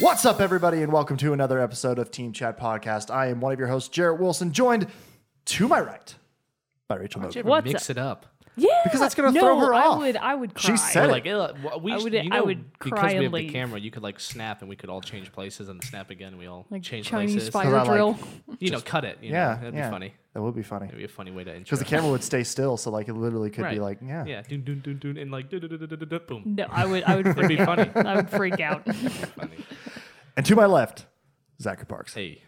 What's up, everybody, and welcome to another episode of Team Chat Podcast. I am one of your hosts, Jarrett Wilson, joined to my right by Rachel Why'd Mogan. you ever What's mix a- it up? Yeah, Because that's gonna no, throw her off. I would, I would She cry. said- Got We're it. like, "Eh, wh- we I sh- would- you I know, would because cry we have and the leave. camera, you could like snap, and we could all change places and snap again, and we all like change Chinese places. fire 'Cause I drill. like- You know, cut it. You know, Yeah, that'd yeah. be funny. That would be funny That'd be a funny way to intro. because the camera would stay still, so like it literally could be Right. like, yeah, yeah, doon doon doon doon, and like doo doo doo doo doo doo doo, boom. no, I would, I would That'd freak be out. funny. I would freak out. funny. And to my left, Zachary Parks. Hey,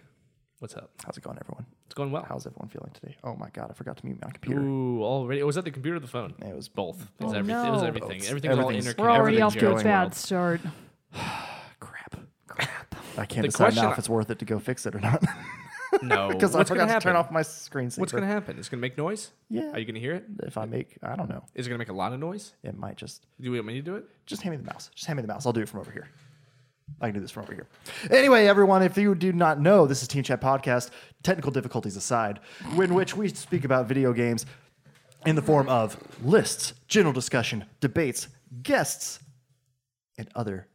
what's up? How's it going, everyone? It's going well. How's everyone feeling today? Oh my god, I forgot to mute my computer. Ooh, already. Was that the computer or the phone? It was both. It was, Oh, everything. it was no. everything. Both. Everything's all Everything's- interconnected. We're already off to a Everything's bad Everything's start. crap. Crap. I can't The decide now question- if it's worth it to go fix it or not all- No, because I what's gonna forgot to happen? turn off my screen. What's going to happen? It's going to make noise. Yeah. Are you going to hear it? If I make, I don't know. Is it going to make a lot of noise? It might just Do we want me to do it? just hand me the mouse. Just hand me the mouse. I'll do it from over here. I can do this from over here. Anyway, everyone, if you do not know, this is Team Chat Podcast, technical difficulties aside, in which we speak about video games in the form of lists, general discussion, debates, guests, and other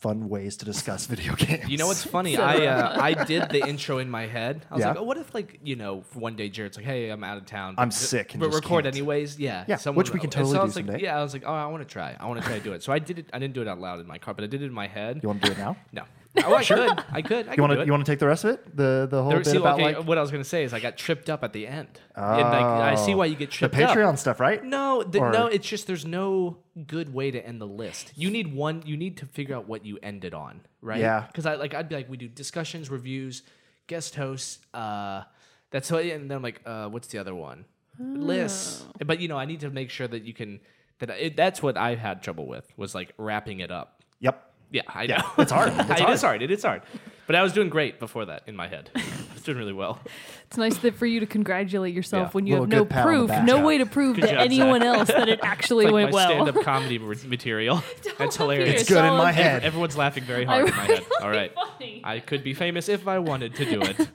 fun ways to discuss video games. You know what's funny? I uh, I did the intro in my head. I was Yeah. like, oh, what if like you know one day Jared's like, hey, I'm out of town, I'm but- sick and but just record can't." anyways. Yeah, Yeah, which we can and totally so I do was like, someday. Yeah, I was like, oh, I want to try. I want to try to do it. So I did it. I didn't do it out loud in my car, but I did it in my head. You want to do it now? no, oh, I could. I could. You I could want do to it. you want to take the rest of it? The the whole There- bit see, about okay, oh, like what I was gonna say is I got tripped up at the end. And, like, I see why you get Oh. the tripped up. Patreon stuff, right? No, the, Or- no, it's just there's no good way to end the list. You need one. You need to figure out what you ended on, right? Yeah. Because I like I'd be like we do discussions, reviews, guest hosts. Uh, that's what, and then I'm like, uh, what's the other one? Lists. Oh. But you know, I need to make sure that you can. That it, that's what I had trouble with was like wrapping it up. Yep. Yeah, I know. it's hard. It's It hard. is hard. It is hard. But I was doing great before that in my head. I was doing really well. It's nice that for you to congratulate yourself Yeah. when you have Little no good pat on the proof, back. no Good way to prove to job, anyone else that it actually Like went my well. stand-up comedy material. That's Don't be hilarious. It's good in my solid. head. Ev- Everyone's laughing very hard in my head. All right. funny. I could be famous if I wanted to do it.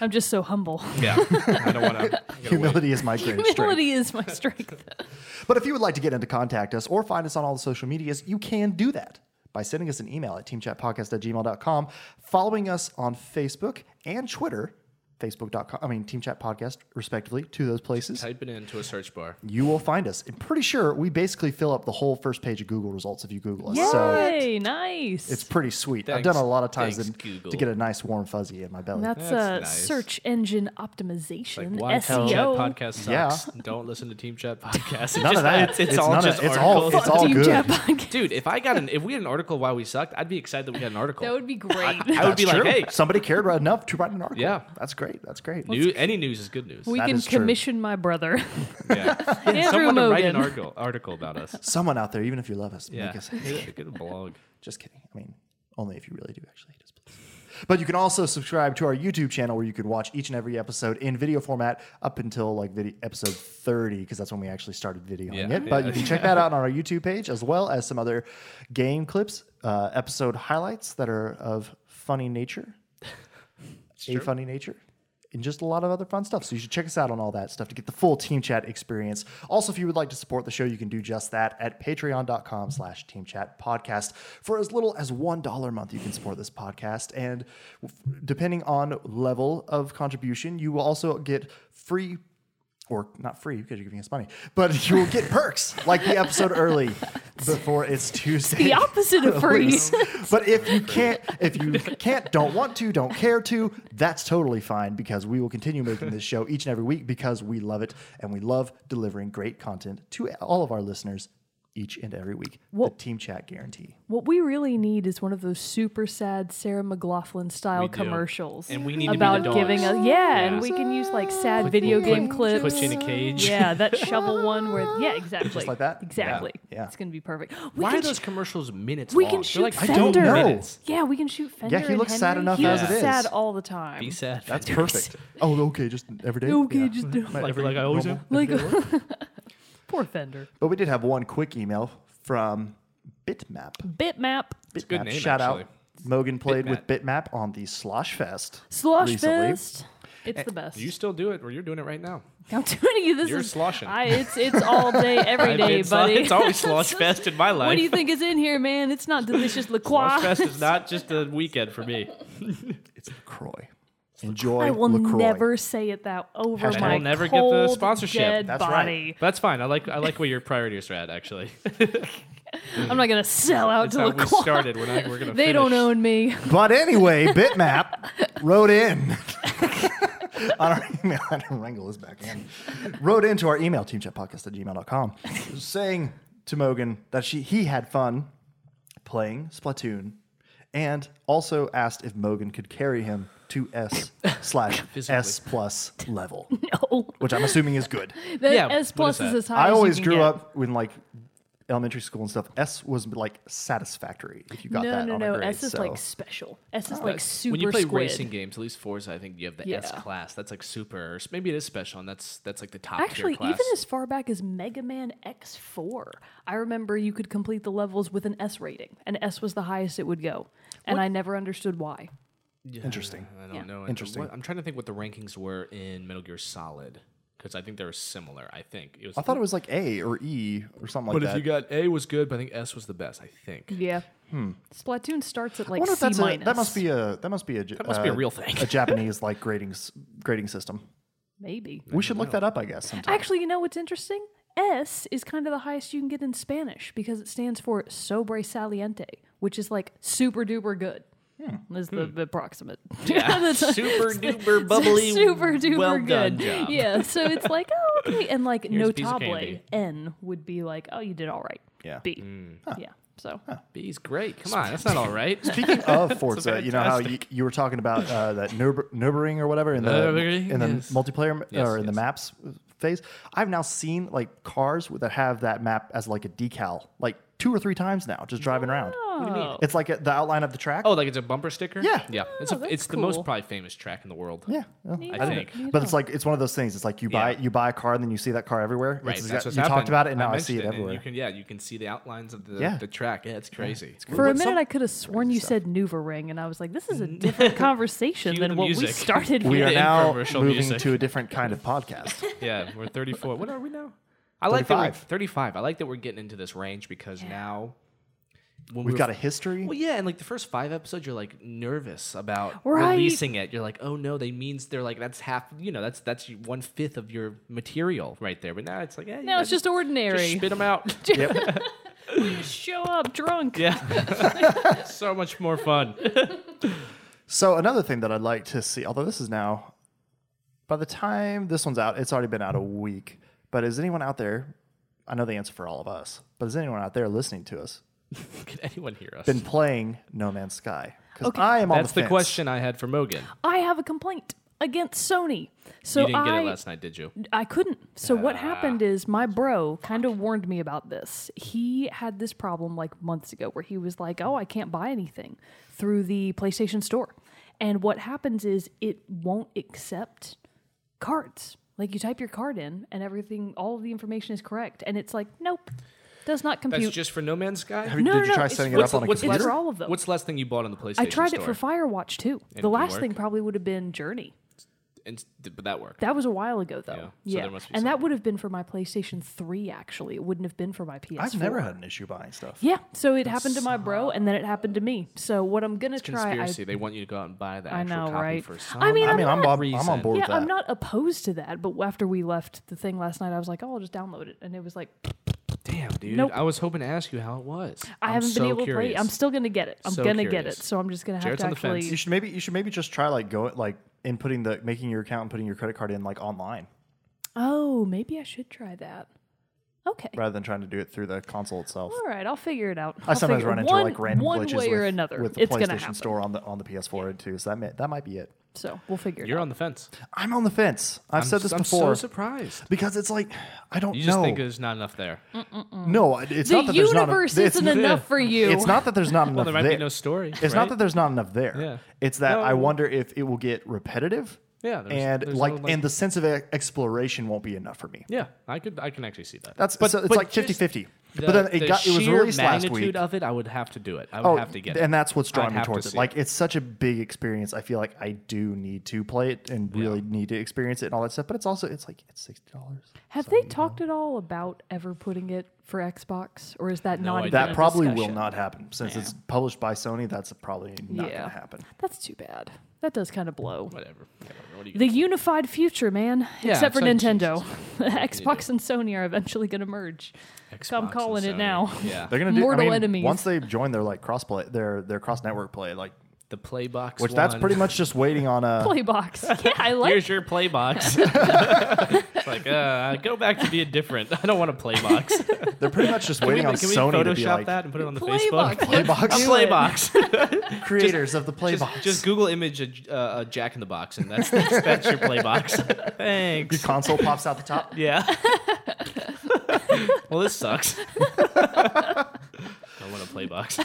I'm just so humble. Yeah. I don't want to. Humility is my greatest strength. Humility is my strength. But if you would like to get in to contact us or find us on all the social medias, you can do that by sending us an email at teamchatpodcast at gmail.com, following us on Facebook and Twitter, facebook.com, I mean, Team Chat Podcast, respectively, to those places. Type it into a search bar. You will find us. I'm pretty sure we basically fill up the whole first page of Google results if you Google us. So Yay, nice. it's pretty sweet. I've Thanks- done a lot of times thanks, in- Google. to get a nice warm fuzzy in my belly. that's uh, That's nice. search engine optimization, E Why Team Chat SEO. podcast Yeah. sucks. Don't listen to Team Chat podcast. It's none just- of that. It's, it's all none of- just it's all, articles. it's all Team good. Chat podcast. Dude, if I got an if we had an article why we sucked, I'd be excited that we had an article. That would be great. I would That's be like, true. hey, somebody cared enough to write an article. Yeah. That's great. That's great. new, any news is good news. we That can is true. commission my brother, yeah. Andrew Someone to write an Mogan. article article about us. someone out there, even if you love us, Yeah. make us Get a blog. just kidding. I mean, only if you really do actually hate us, please. But you can also subscribe to our YouTube channel where you can watch each and every episode in video format up until like video, episode 30, because that's when we actually started videoing Yeah, it. But yeah. you can check that out on our YouTube page as well as some other game clips, uh, episode highlights that are of funny nature, a funny nature. And just a lot of other fun stuff. So you should check us out on all that stuff to get the full team chat experience. Also, if you would like to support the show, you can do just that at patreon.com slash team chat podcast. For as little as $1 a month, you can support this podcast. And depending on level of contribution, you will also get free or not free because you're giving us money, but you will get perks like the episode early before it's Tuesday. the opposite of free. Please. but if you can't, if you can't, don't want to, don't care to, that's totally fine because we will continue making this show each and every week because we love it and we love delivering great content to all of our listeners each and every week. Wha- The team chat guarantee. What we really need is one of those super sad Sarah McLaughlin style We do. commercials And we need to be about the dogs. giving us. Yeah, and we can use like sad video put- game clips. Put you in a cage. yeah, that shovel one where yeah, exactly, like that? Exactly. Yeah. Yeah. it's gonna be perfect. We Why can are sh- those commercials minutes we long? can They're shoot like, Fender. don't know. minutes. Yeah, we can shoot Fender. Yeah, he and looks sad Henry. enough He as looks it is. sad all the time. Be sad. That's perfect. Oh, okay, just every day. Okay, just do- My Like- every like I always normal- like poor Fender. But we did have one quick email from Bitmap. Bitmap Bitmap. good name, Shout actually. out. Mogan played with Bitmap on the Slosh Fest. Slosh recently. Fest. It's the best. Eh, You still do it, or you're doing it right now. I'm telling you, this You're is sloshing. I, it's it's all day, every day, it's, buddy. it's always slosh fest in my life. what do you think is in here, man? It's not delicious Slosh LaCroix. fest is not just a weekend for me. It's LaCroix. Enjoy I will LaCroix. never say it that over Hashtag- my I'll never get the cold, sponsorship. dead That's right. body. That's fine. I like I like where your priorities are at. Actually, I'm not gonna sell out that's to how we LaCroix. started. We're, not, we're gonna. They don't finish. own me. But anyway, Bitmap wrote in on our email. I didn't wrangle this back in. Wrote into our email, teamchatpodcast at gmail.com, saying to Mogan that she he had fun playing Splatoon and also asked if Mogan could carry him to S slash S plus level, No, which I'm assuming is good. that Yeah, S what is plus is, that? as high. I as you always can grew get. up in like elementary school and stuff. S was like satisfactory if you got no, that no, on no. a grade. S is so. like special. S is like super Uh, when you play squid. racing games, at least Forza, I think you have the S Yeah. class. That's like super. Or s- maybe it is special, and that's that's like the top Actually, tier class. even as far back as Mega Man X4, I remember you could complete the levels with an S rating, and S was the highest it would go. And I never understood why. Interesting. I don't know. And Interesting. what- I'm trying to think what the rankings were in Metal Gear Solid because I think they were similar. I think it was. I thought it was like A or E or something like But that. if you got A was good, but I think S was the best. I think. Yeah. Hmm. Splatoon starts at I like wonder C if that's a, minus. that must be a that must be a that must be a real thing. a Japanese like grading s- grading system. maybe. We should look that up, I guess. Sometime. Actually, you know what's interesting? S is kind of the highest you can get in Spanish because it stands for sobre saliente, which is like super duper good. Is the, the approximate? Hmm. Yeah. That's- super duper bubbly. super duper well good. done job. Yeah, so it's like oh okay, and like Here's a piece of notable candy. Hmm. N would be like oh you did all right. Yeah. B. Yeah. So B's great. Come on, that's not all right. Speaking of Forza, you know how you, you were talking about uh, that Nürb- Nürburgring or whatever in the Nürburgring, in the yes. multiplayer Yes, or in the yes. maps phase. I've now seen like cars that have that map as like a decal, like two or three times now, just driving around. oh, It's like a, the outline of the track. Oh, like it's a bumper sticker. Yeah. Oh, yeah. It's a, that's it's the most cool. probably famous track in the world. Yeah, yeah. neat. I I think. But it's like it's one of those things. It's like you buy Yeah. you buy a car and then you see that car everywhere. Right, It's exact- that's what's you talked happened. about it and now I, see mentioned it everywhere. You can, yeah, you can see the outlines of the, Yeah. the track. Yeah, it's crazy. It's For a What's minute, some- I could have sworn you said Nuva Ring, and I was like, "This is a different conversation Cue than the what we music. started we with." are The now infomercial moving music. to a different kind of podcast. yeah, we're 34. What are we now? I like that we're 35. 35. I like that we're getting into this range because now when We've we got a were- history. Well, yeah, and like the first five episodes, you're like nervous about Right. releasing it. You're like, oh no, they means they're like that's half. You know, that's that's one fifth of your material right there. But now it's like, yeah, Now it's just just ordinary. spit them out. Yep. Show up drunk. yeah, so much more fun. So another thing that I'd like to see, although this is now, by the time this one's out, it's already been out a week. But is anyone out there? I know the answer for all of us, but is anyone out there listening to us Can anyone hear us? been playing No Man's Sky? Because I am on That's the, the, fence. question I had for Mogan. I have a complaint against Sony. So you didn't I get it last Ah. night, did you? I couldn't. So what happened is my bro kind of warned me about this. He had this problem like months ago where he was like, "Oh, I can't buy anything through the PlayStation Store." And what happens is it won't accept cards. Like you type your card in and everything all of the information is correct and it's like, "Nope. Does not That's compute." just for No Man's Sky. Have you, No, did no, you no, try it's- setting it what's up on a what's computer? for last- all of them. What's the last thing you bought on the PlayStation? I tried store? it for Firewatch too. the didn't last work? thing probably would have been Journey. And, but that worked. That was a while ago though. Yeah, Yeah. so there must be and that would have been for my PlayStation 3 actually. It wouldn't have been for my PS4. I've never had an issue buying stuff. Yeah, so it happened to my bro, and then it happened to me. So what I'm gonna try, I, Conspiracy. they want you to go out and buy the I actual know, copy right? for I some. mean, I I'm mean, I'm, not- on- I'm on Reason. board yeah, with that. I'm not opposed to that. But after we left the thing last night, I was like, oh, I'll just download it, and it was like, damn, dude. Nope. I was hoping to ask you how it was. I I'm haven't so been able curious. to play. I'm still gonna get it. I'm So gonna get it. curious. So I'm just gonna have Jared's to on the fence. actually. You should maybe you should maybe just try like go like inputting the making your account and putting your credit card in like online Oh, maybe I should try that. Okay. rather than trying to do it through the console itself. All right, I'll figure it out. I I'll sometimes figure- run into one, like random one glitches way with, or another. with the it's gonna PlayStation happen. Store on the on the PS4 too. So that may, that might be it. So we'll figure it You're out. on the fence. I'm on the fence. I've I'm said this s- I'm before so surprised. because it's like I don't You just know. think there's not enough there. no, it's the not that there's not. universe a, it's, isn't enough for you. It's not that there's not enough Well, there might there. be no story. it's not that there's not enough there. Yeah. It's that I No. wonder if it will get repetitive. Yeah, there's- and there's like, no, like- and the sense of e- exploration won't be enough for me. Yeah, I could. I can actually see that. That's so it's but like just- 50-50. but then it got it was sheer released last magnitude week. of it. I would have to do it. I would Oh, have to get it. and that's what's drawing I'd me have to towards it. see Like it's such a big experience. I feel like I do need to play it and really need to experience it and all that stuff. But it's also it's like it's sixty dollars. Have they talked at all about ever putting it for Xbox, or is that No not idea. even That a probably will discussion? not happen since it's published by Sony. That's probably not Yeah. gonna happen. That's too bad. That does kind of blow. Whatever. Whatever. What do you The unified future, man. Yeah, Except for it's like, Nintendo, Xbox and Sony are eventually going to merge. So I'm Xbox and calling it Sony. now. Yeah. They're gonna do. Mortal I mean, enemies. Once they join their like cross play, their their cross network play, like The play box. which that's won. pretty much just waiting on a. Playbox. Yeah, I like. Here's your play box. it's like, uh, go back to being different. I don't want a play box. Can They're pretty much just we, waiting can on we Sony to be Photoshop like that and put it on the Play Facebook? box. Playbox. A Do play it. box. creators of the play just, box. just Google image a, uh, a Jack in the Box, and that's that's, that's your play box. Your Thanks. console pops out the top. Yeah. well, this sucks. I want a play box.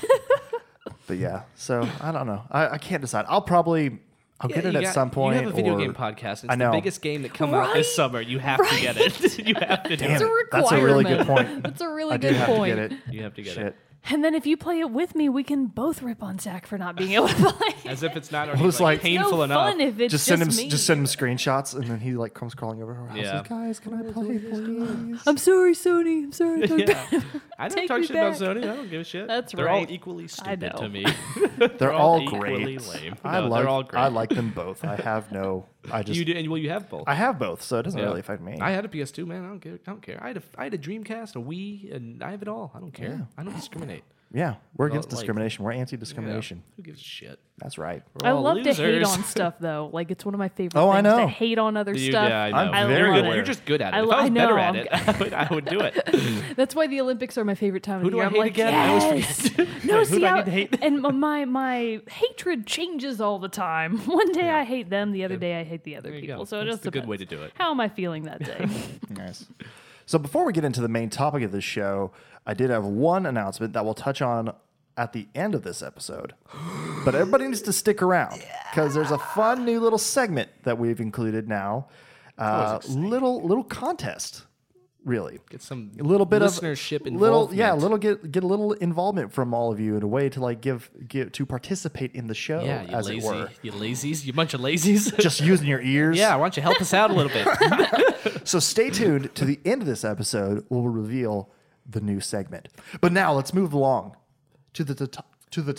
But yeah, so I don't know. I, I can't decide. I'll probably I'll get Yeah, it you at got- some point. You have a video or- game podcast. It's I know. the biggest game that come out this Right? summer. You have to get it. you have to do Damn It's a it. it. That's a really good requirement. point. That's a really I do good have to point. get it. You have to get Shit. it. And then if you play it with me, we can both rip on Zach for not being able to play. It's As if it's not already was like, like- painful no enough. fun if Just it's just, send him me. just send him screenshots and then he like comes crawling over to our house. Yeah. Like, Guys, can I play please? I'm sorry, Sony. I'm sorry. Don't- yeah. I don't Take talk me shit about back. Sony. I don't give a shit. That's They're right. all equally I stupid know. to me. They're all equally great. lame. I No, like they're all great. I like them both. I have no I just you do, and well, you have both. I have both, so it doesn't Yeah. really affect me. I had a PS2, man. I don't care. I don't care. I had a, I had a Dreamcast, a Wii, and I have it all. I don't care. I don't discriminate. yeah, we're against like- discrimination. We're Yeah. anti-discrimination. Who gives a shit? That's right. We're I all love to hate losers. on stuff though. Like it's one of my favorite Oh, things I to know. hate on other You- stuff. yeah, I know. I'm I You're love good. it. You're just good at it. I if lo- I I was better at know. it, I would, I would do it. That's why the Olympics are my favorite time Who of the do year. I I'm hate like, again? I always yes. no, Who see, do I I need to hate? and my my hatred changes all the time. One day I hate them, the other day I hate the other you people. go. So it That's just the good way depends. to do it. How am I feeling that day? Nice. So before we get into the main topic of this show, I did have one announcement that we'll touch on at the end of this episode. But everybody needs to stick around because there's a fun new little segment that we've included now. Uh, little little contest, really. Get some A little bit listenership of little, yeah, involvement. little get get a little involvement from all of you in a way to like give give to participate in the show, Yeah, you as lazy, it were. you lazies, you bunch of lazies. Just using your ears. yeah, why don't you help us out a little bit? So stay tuned to the end of this episode. We'll reveal the new segment. But now let's move along to the to- to the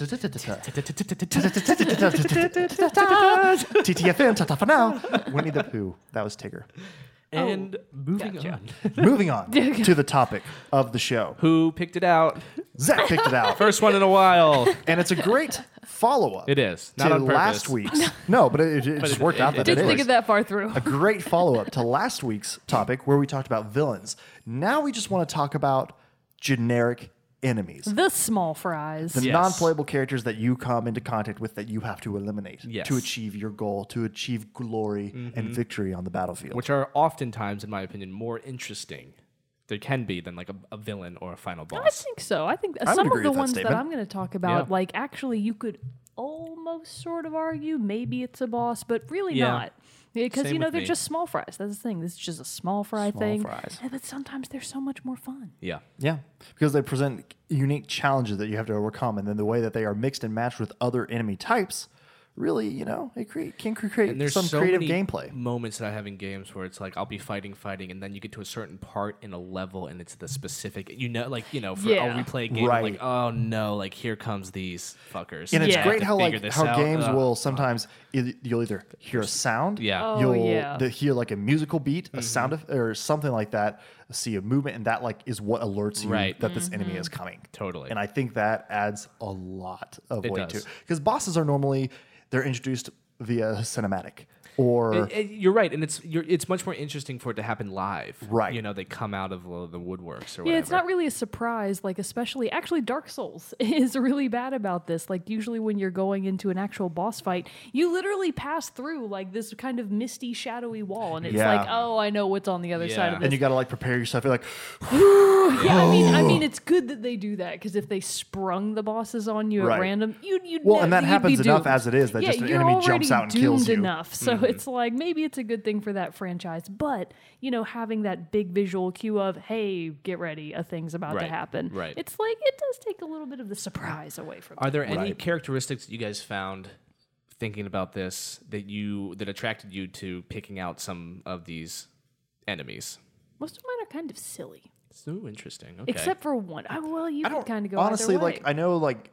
TTFN ta-ta for now. Winnie the Pooh. That was Tigger. Oh, and moving on. Moving on to the topic of the show. Who picked it out? Zach picked it out, First one in a while. and it's a great follow up. It is. Not to on purpose. last week's. No, but it, it just worked out that it Didn't is. think it that far through. a great follow up to last week's topic where we talked about villains. Now we just want to talk about generic enemies, The small fries. the Yes. non playable characters that you come into contact with that you have to eliminate Yes. Mm-hmm. to achieve your goal, to achieve glory and victory on the battlefield. Which are oftentimes, in my opinion, more interesting. There can be than like a, a villain or a final I boss. think so. I think would some agree of the with that ones statement. that I'm going to talk about, Yeah. like actually, you could almost sort of argue maybe it's a boss, but really Yeah. not. Because Same you know with they're me. just small fries. That's the thing. This is just a small fry Small thing. fries. Yeah, But sometimes they're so much more fun. Yeah. Yeah, because they present unique challenges that you have to overcome, and then the way that they are mixed and matched with other enemy types. Really, you know, it create, can create And there's some so creative many gameplay. moments that I have in games where it's like I'll be fighting, fighting, and then you get to a certain part in a level, and it's the specific, you know, like you know, for Yeah. I'll replay a game, Right. like oh no, like here comes these fuckers, And it's I have Yeah. great to how figure like this how out. games Ugh. will sometimes e- you'll either hear a sound, Yeah. Mm-hmm. Oh, you'll yeah. the- hear like a musical beat, a sound of, or something like that, see a movement, and that like is what alerts you Right. that this enemy Mm-hmm. is coming. Totally. and I think that adds a lot of It weight does. to because bosses are normally they're introduced via cinematic or Uh, You're right, and it's you're, it's much more interesting for it to happen live. Right. You know, they come out of uh, the woodworks or whatever. Yeah, it's not really a surprise. Like especially, actually, Dark Souls is really bad about this. Like usually, when you're going into an actual boss fight, you literally pass through like this kind of misty, shadowy wall, and it's Yeah. like, oh, I know what's on the other side Yeah. of this. and you got to like prepare yourself. You're like, Yeah, I mean, I mean, it's good that they do that because if they sprung the bosses on you Right. at random, you'd you'd Well, ne- and that you'd be happens enough doomed. as it is that yeah, just an you're enemy already jumps out and doomed kills you. Mm-hmm. enough. So it's like maybe it's a good thing for that franchise, but you know, having that big visual cue of "Hey, get ready, a thing's about to Right, happen." right. It's like it does take a little bit of the surprise away from. Are it. there any Right. characteristics that you guys found thinking about this that you that attracted you to picking out some of these enemies? Most of mine are kind of silly, So interesting. Okay. except for one. Oh, well, you I could don't kind of go honestly either way. like I know like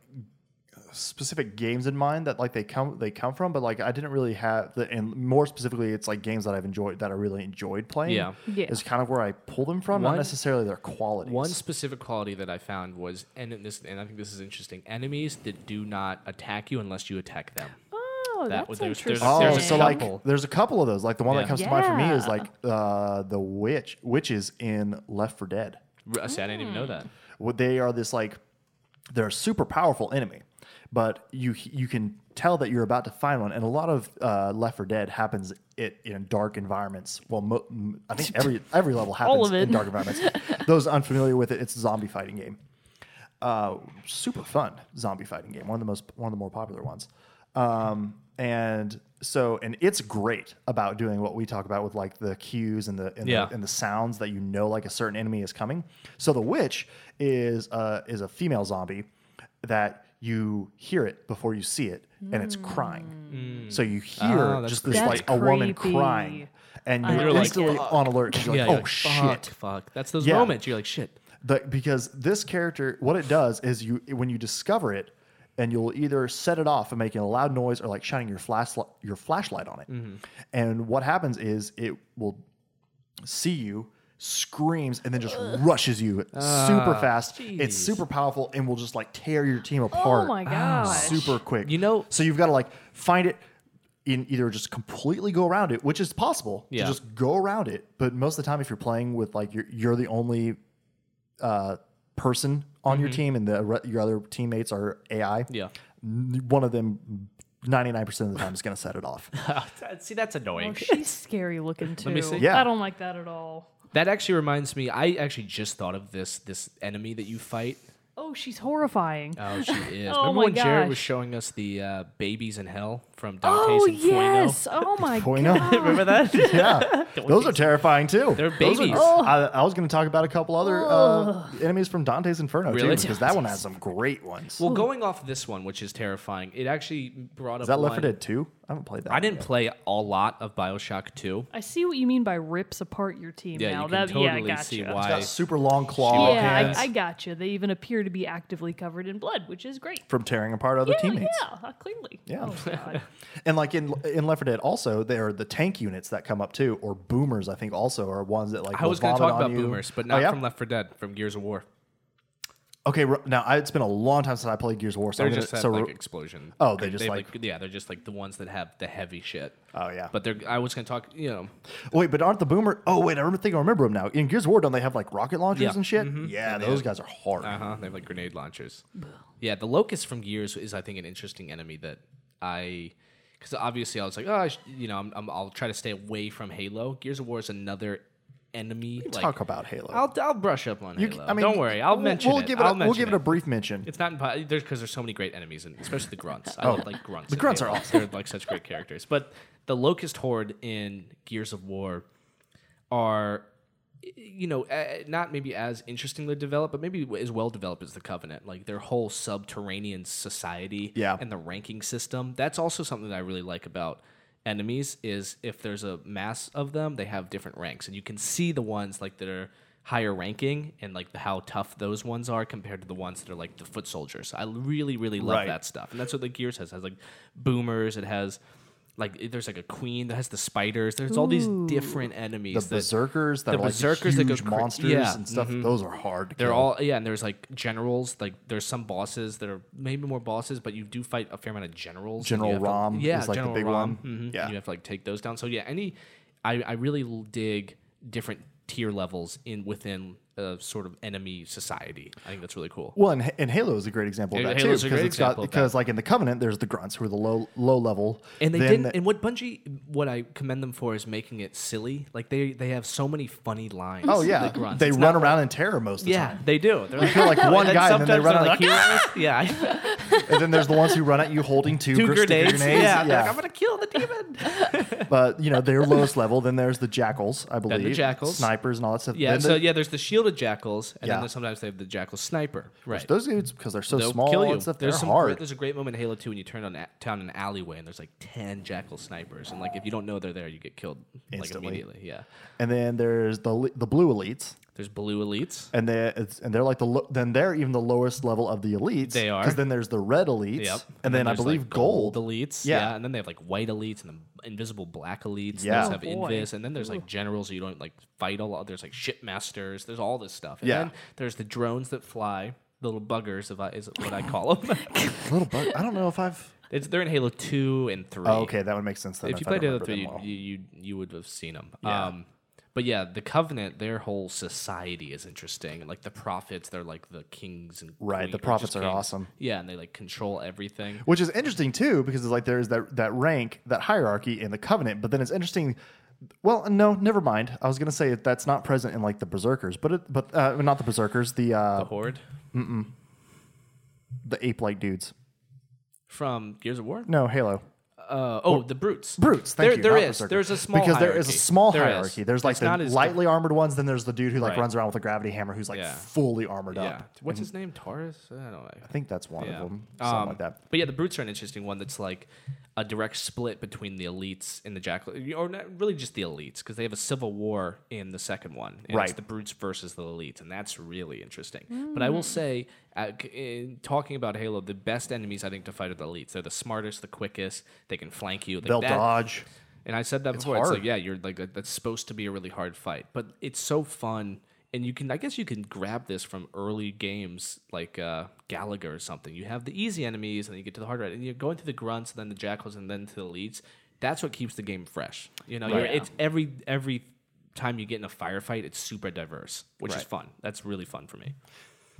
specific games in mind that like they come they come from, but like I didn't really have the and more specifically, it's like games that I've enjoyed that I really enjoyed playing. Yeah. Yeah. is kind of where I pull them from, not One- necessarily their qualities. One specific quality that I found was, and in this, and I think this is interesting: enemies that do not attack you unless you attack them. oh, that that's was- there's- there's- interesting. Oh, there's a so couple. like there's a couple of those. Like the one Yeah. that comes to mind for me is Yeah. like uh, the witch, witches in Left for Dead. R- See, I didn't even know that. What they are this like they're a super powerful enemy, but you you can tell that you're about to find one. And a lot of uh, Left for Dead happens it in dark environments. Well, mo- m- I think every every level happens All of it. in dark environments. those unfamiliar with it, it's a zombie fighting game. Uh, super fun zombie fighting game. One of the most one of the more popular ones. Um, and so and it's great about doing what we talk about with like the cues and the and, Yeah. the, and the sounds that you know like a certain enemy is coming. So the witch is uh, is a female zombie that you hear it before you see it and it's crying. So you hear Oh, that's just this creepy. like a woman That's crying creepy. and I you're like instantly it. on alert. 'cause You're like, you're oh like, shit. Fuck, fuck. That's those Yeah. moments. You're like, shit. The, because this character, what it does is you when you discover it, and you'll either set it off and making a loud noise, or like shining your flash your flashlight on it. Mm-hmm. And what happens is it will see you, screams, and then just rushes you super fast. It's jeez. super powerful and will just like tear your team apart. Ah, oh my gosh. Ah, Super quick. You know- so you've got to like find it in either just completely go around it, which is possible Yeah. to just go around it. But most of the time, if you're playing with like you're, you're the only uh, person on your team and the re- your other teammates are AI, Mm-hmm. Yeah. n- one of them 99% of the time is going to set it off. See, that's annoying. Oh, she's scary looking too. me see. Yeah. I don't like that at all. That actually reminds me. I actually just thought of this this enemy that you fight. Oh, she's horrifying. Oh, she is. Oh Remember my when Jared was gosh. showing us the uh, babies in hell from Dante's oh and Inferno? yes. Oh my Point god. out. Remember that? yeah. Those are terrifying too. They're Those are- babies. Oh. I, I was going to talk about a couple other uh, enemies from Dante's Inferno Really? too, because that one has some great ones. Well, going off this one, which is terrifying, it actually brought up. is that Left one- 4 Dead 2? I haven't played that. I one didn't yet. play a lot of Bioshock Two. I see what you mean by rips apart your team Yeah, now. you can that, yeah, I totally gotcha. see It's why. got super long claw yeah, hands I, I gotcha. They even appear to be actively covered in blood, which is great. from tearing apart other Yeah, teammates. yeah, uh, clearly. Yeah. Oh, God. And like in in Left 4 Dead, also there are the tank units that come up too, or boomers. I think also are ones that like I will was going to vomit talk on about you. boomers, but Oh, not yeah? from Left 4 Dead, from Gears of War. Okay, re- now I- it's been a long time since I played Gears of War, so, They're I'm gonna- just that, so like re- explosion. Oh, they just, yeah, they're just like the ones that have the heavy shit. oh yeah. But they're. I was going to talk. You know, wait, but aren't the boomer? Oh wait, I remember think I remember them now. In Gears of War, don't they have like rocket launchers Yeah. and shit? Yeah, those guys are hard. uh huh. They have like grenade launchers. Yeah, the locust from Gears is, I think, an interesting enemy that I. Because obviously, I was like, oh, I sh-, you know, I'm, I'm, I'll try to stay away from Halo. Gears of War is another enemy. Like, Talk about Halo. I'll, I'll brush up on You c- Halo. Don't worry, I'll we'll- mention we'll it. Give I'll a, we'll mention give it a brief mention. It's not impo- there's because there's so many great enemies, and especially the grunts. I love, like grunts. The Oh, grunts are awesome. They're like such great characters. But the locust horde in Gears of War are, y- you know, uh, not maybe as interestingly developed, but maybe as well developed as the Covenant. Like their whole subterranean society, Yeah. and the ranking system. That's also something that I really like about enemies is if there's a mass of them, they have different ranks, and you can see the ones like that are higher ranking and like how tough those ones are compared to the ones that are like the foot soldiers. I really, really love Right. that stuff, and that's what the Gears has. It has like boomers. It has like it- there's like a queen that has the spiders. There's all these different the enemies. that- berserkers that the are like berserkers that huge go cra- monsters yeah, mm-hmm. and stuff. Those are hard. To They're kill. all yeah, and there's like generals. Like there's some bosses that are maybe more bosses, but you do fight a fair amount of generals. and you General have to- Rom yeah, is, like, the General big Rom. one. Mhm. Yeah. you have to like take those down. So yeah, any I I really l- dig different tier levels in within a sort of enemy society. I think that's really cool. Well, and, and Halo is a great example of Yeah, that Halo's a too, great because it's got example of because like in the Covenant, there's the grunts who are the low low level, And they Then didn't. the- and what Bungie, what I commend them for, is making it silly. Like they they have so many funny lines. oh yeah, the grunts. they It's run not- around in terror most of the Yeah, time. they do. They're like, feel like one then guy and then they sometimes run they're out like, like, "Here it is." yeah, And then there's the ones who run at you holding two, two gr- sticky grenades. grenades. Yeah, they're like, I'm gonna kill the demon. but you know they're lowest level. Then there's the jackals, I believe, jackals. snipers and all that stuff. Yeah, Then so the- yeah, there's the shielded jackals, and Yeah. then there's sometimes they have the jackal sniper. Right. those dudes because they're so They'll small kill you. and stuff. They're There's some hard. Great, there's a great moment in Halo 2 when you turn on a, down an alleyway and there's like 10 jackal snipers, and like if you don't know they're there, you get killed Instantly. like immediately. Yeah. and then there's the le- the blue elites, There's blue elites. and they it's, and they're like the lo- then they're even the lowest level of the elites. They are. because then there's the red elites, Yep. and, then, I there's, believe like, gold. elites. Yeah. Yeah. And then they have like white elites and the invisible black elites. Yeah. Yeah. Those Oh, have boy. invis. And then there's like generals you don't like fight a lot. There's like ship masters. There's all this stuff. And Yeah. then there's the drones that fly. Little buggers, if I, is what I call them. Little bug. I don't know if I've. it's, they're in Halo two and three. Oh, okay, that would make sense then. if you I played Halo remember three, them you, well. you you you would have seen them. Um, but yeah, the Covenant, their whole society is interesting. Like the prophets, they're like the kings and Right, the queen- or just prophets are kings. awesome. Yeah, and they like control everything. which is interesting too because it's like there's that that rank that hierarchy in the covenant but then it's interesting well no never mind i was going to say that that's not present in like the berserkers but it but uh, not the berserkers the The uh Horde the ape like dudes from Gears of War. no halo Uh, oh, the brutes. brutes thank there, you there not is. berserkers. There's a small because hierarchy. there is a small There is. hierarchy there's like It's the not as lightly armored ones then there's the dude who like Right. runs around with a gravity hammer who's like Yeah. fully armored Yeah. up What's his name? Taurus. I don't know. i think that's one Yeah. of them something Um, like that But yeah, the brutes are an interesting one. That's like a direct split between the elites and the jackal, or not really just the elites, because they have a civil war in the second one. And It's Right. the brutes versus the elites, and that's really interesting. But Mm. I will say, uh, c- in talking about Halo, the best enemies I think to fight are the elites. They're the smartest, the quickest. They can flank you. Like they'll that- dodge and I said that before. It's hard. like, yeah, you're like that- that's supposed to be a really hard fight, but it's so fun. And you can, I guess, you can grab this from early games like uh, Galaga or something. You have the easy enemies, and then you get to the harder, and you're going through the grunts, and then the jackals, and then to the leads. That's what keeps the game fresh. You know, you're, Right. it's every every time you get in a firefight, it's super diverse, which is Right. fun. That's really fun for me.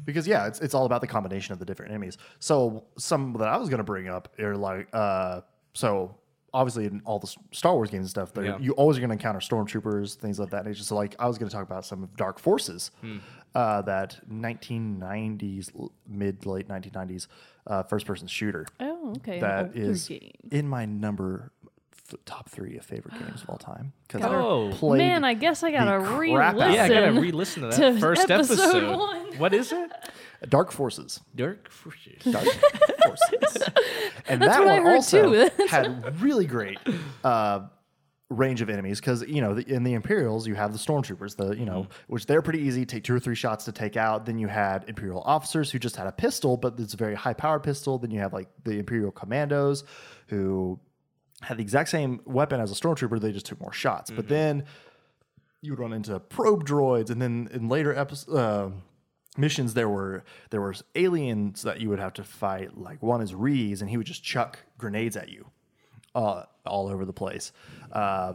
because yeah, it's it's all about the combination of the different enemies. So some that I was gonna bring up are like uh, so obviously in all the S- Star Wars games and stuff, there Yeah. you always are gonna encounter stormtroopers, things of that nature. So like I was gonna talk about some of Dark Forces, Hmm. uh, that 1990s l- mid to late 1990s uh, first person shooter Oh, okay. that older is game. in my number th- top three of favorite games of all time because Oh. I played Man, I guess I gotta crap out- re-listen. Yeah, I gotta re-listen to that to first episode episode. one. What is it? Dark Forces. Dirk. Dark Forces. And that what I one heard also too. had really great uh, range of enemies because you know the, in the Imperials you have the stormtroopers, the you know Mm-hmm. which they're pretty easy, take two or three shots to take out. Then you had Imperial officers who just had a pistol, but it's a very high powered pistol. Then you have like the Imperial commandos who had the exact same weapon as a stormtrooper, they just took more shots. Mm-hmm. But then you would run into probe droids, and then in later episodes. Uh, missions there were there were aliens that you would have to fight like one is rees and he would just chuck grenades at you uh, all over the place uh,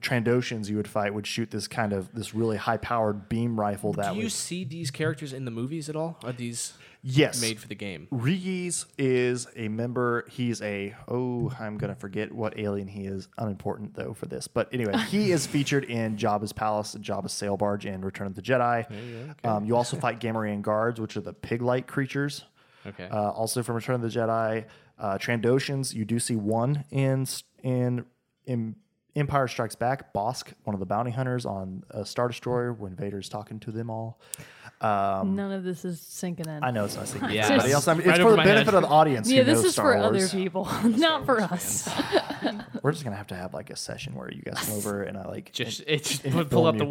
trandoshans you would fight would shoot this kind of this really high powered beam rifle that Do you was see these characters in the movies at all? Are these yes made for the game? Rees is a member. He's a oh, I'm gonna forget what alien he is. Unimportant though for this, but anyway, he is featured in Jabba's palace, Jabba's sail barge, and Return of the Jedi. um, you also fight Gamorrean guards, which are the pig-like creatures. Okay. Uh, also from Return of the Jedi, uh, Trandoshans. You do see one in in in Empire Strikes Back. Bosk, one of the bounty hunters on a Star Destroyer, when Vader's talking to them all. None of this is sinking in. I know it's not sinking. Yeah. Anybody else? I mean, Right it's over for the my benefit head. of the audience. yeah, who this knows is Star for Wars. other people, not for us. We're just gonna have to have like a session where you guys come over and I like Just it's and put- pull up the film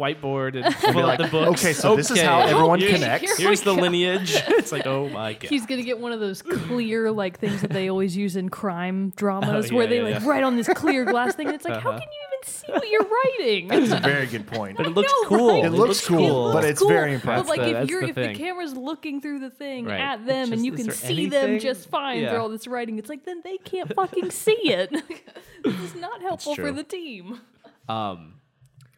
whiteboard and pull out like, the books. "Okay, so this is how everyone here's- connects." Oh Here's the lineage. It's like, oh my god. He's gonna get one of those clear like things that they always use in crime dramas Oh, where yeah, they yeah, like yeah. Uh-huh. write on this clear glass thing. And it's like, how can you even see what you're writing? That's a very good point. but it looks know, cool. right? It looks cool, looks but it's very impressive. But like That's the- if that's you're the if thing. the camera's looking through the thing Right. at them It's and just- you is can there see them anything? just fine Yeah. through all this writing, it's like then they can't fucking see it. this is not helpful for true. the team. um,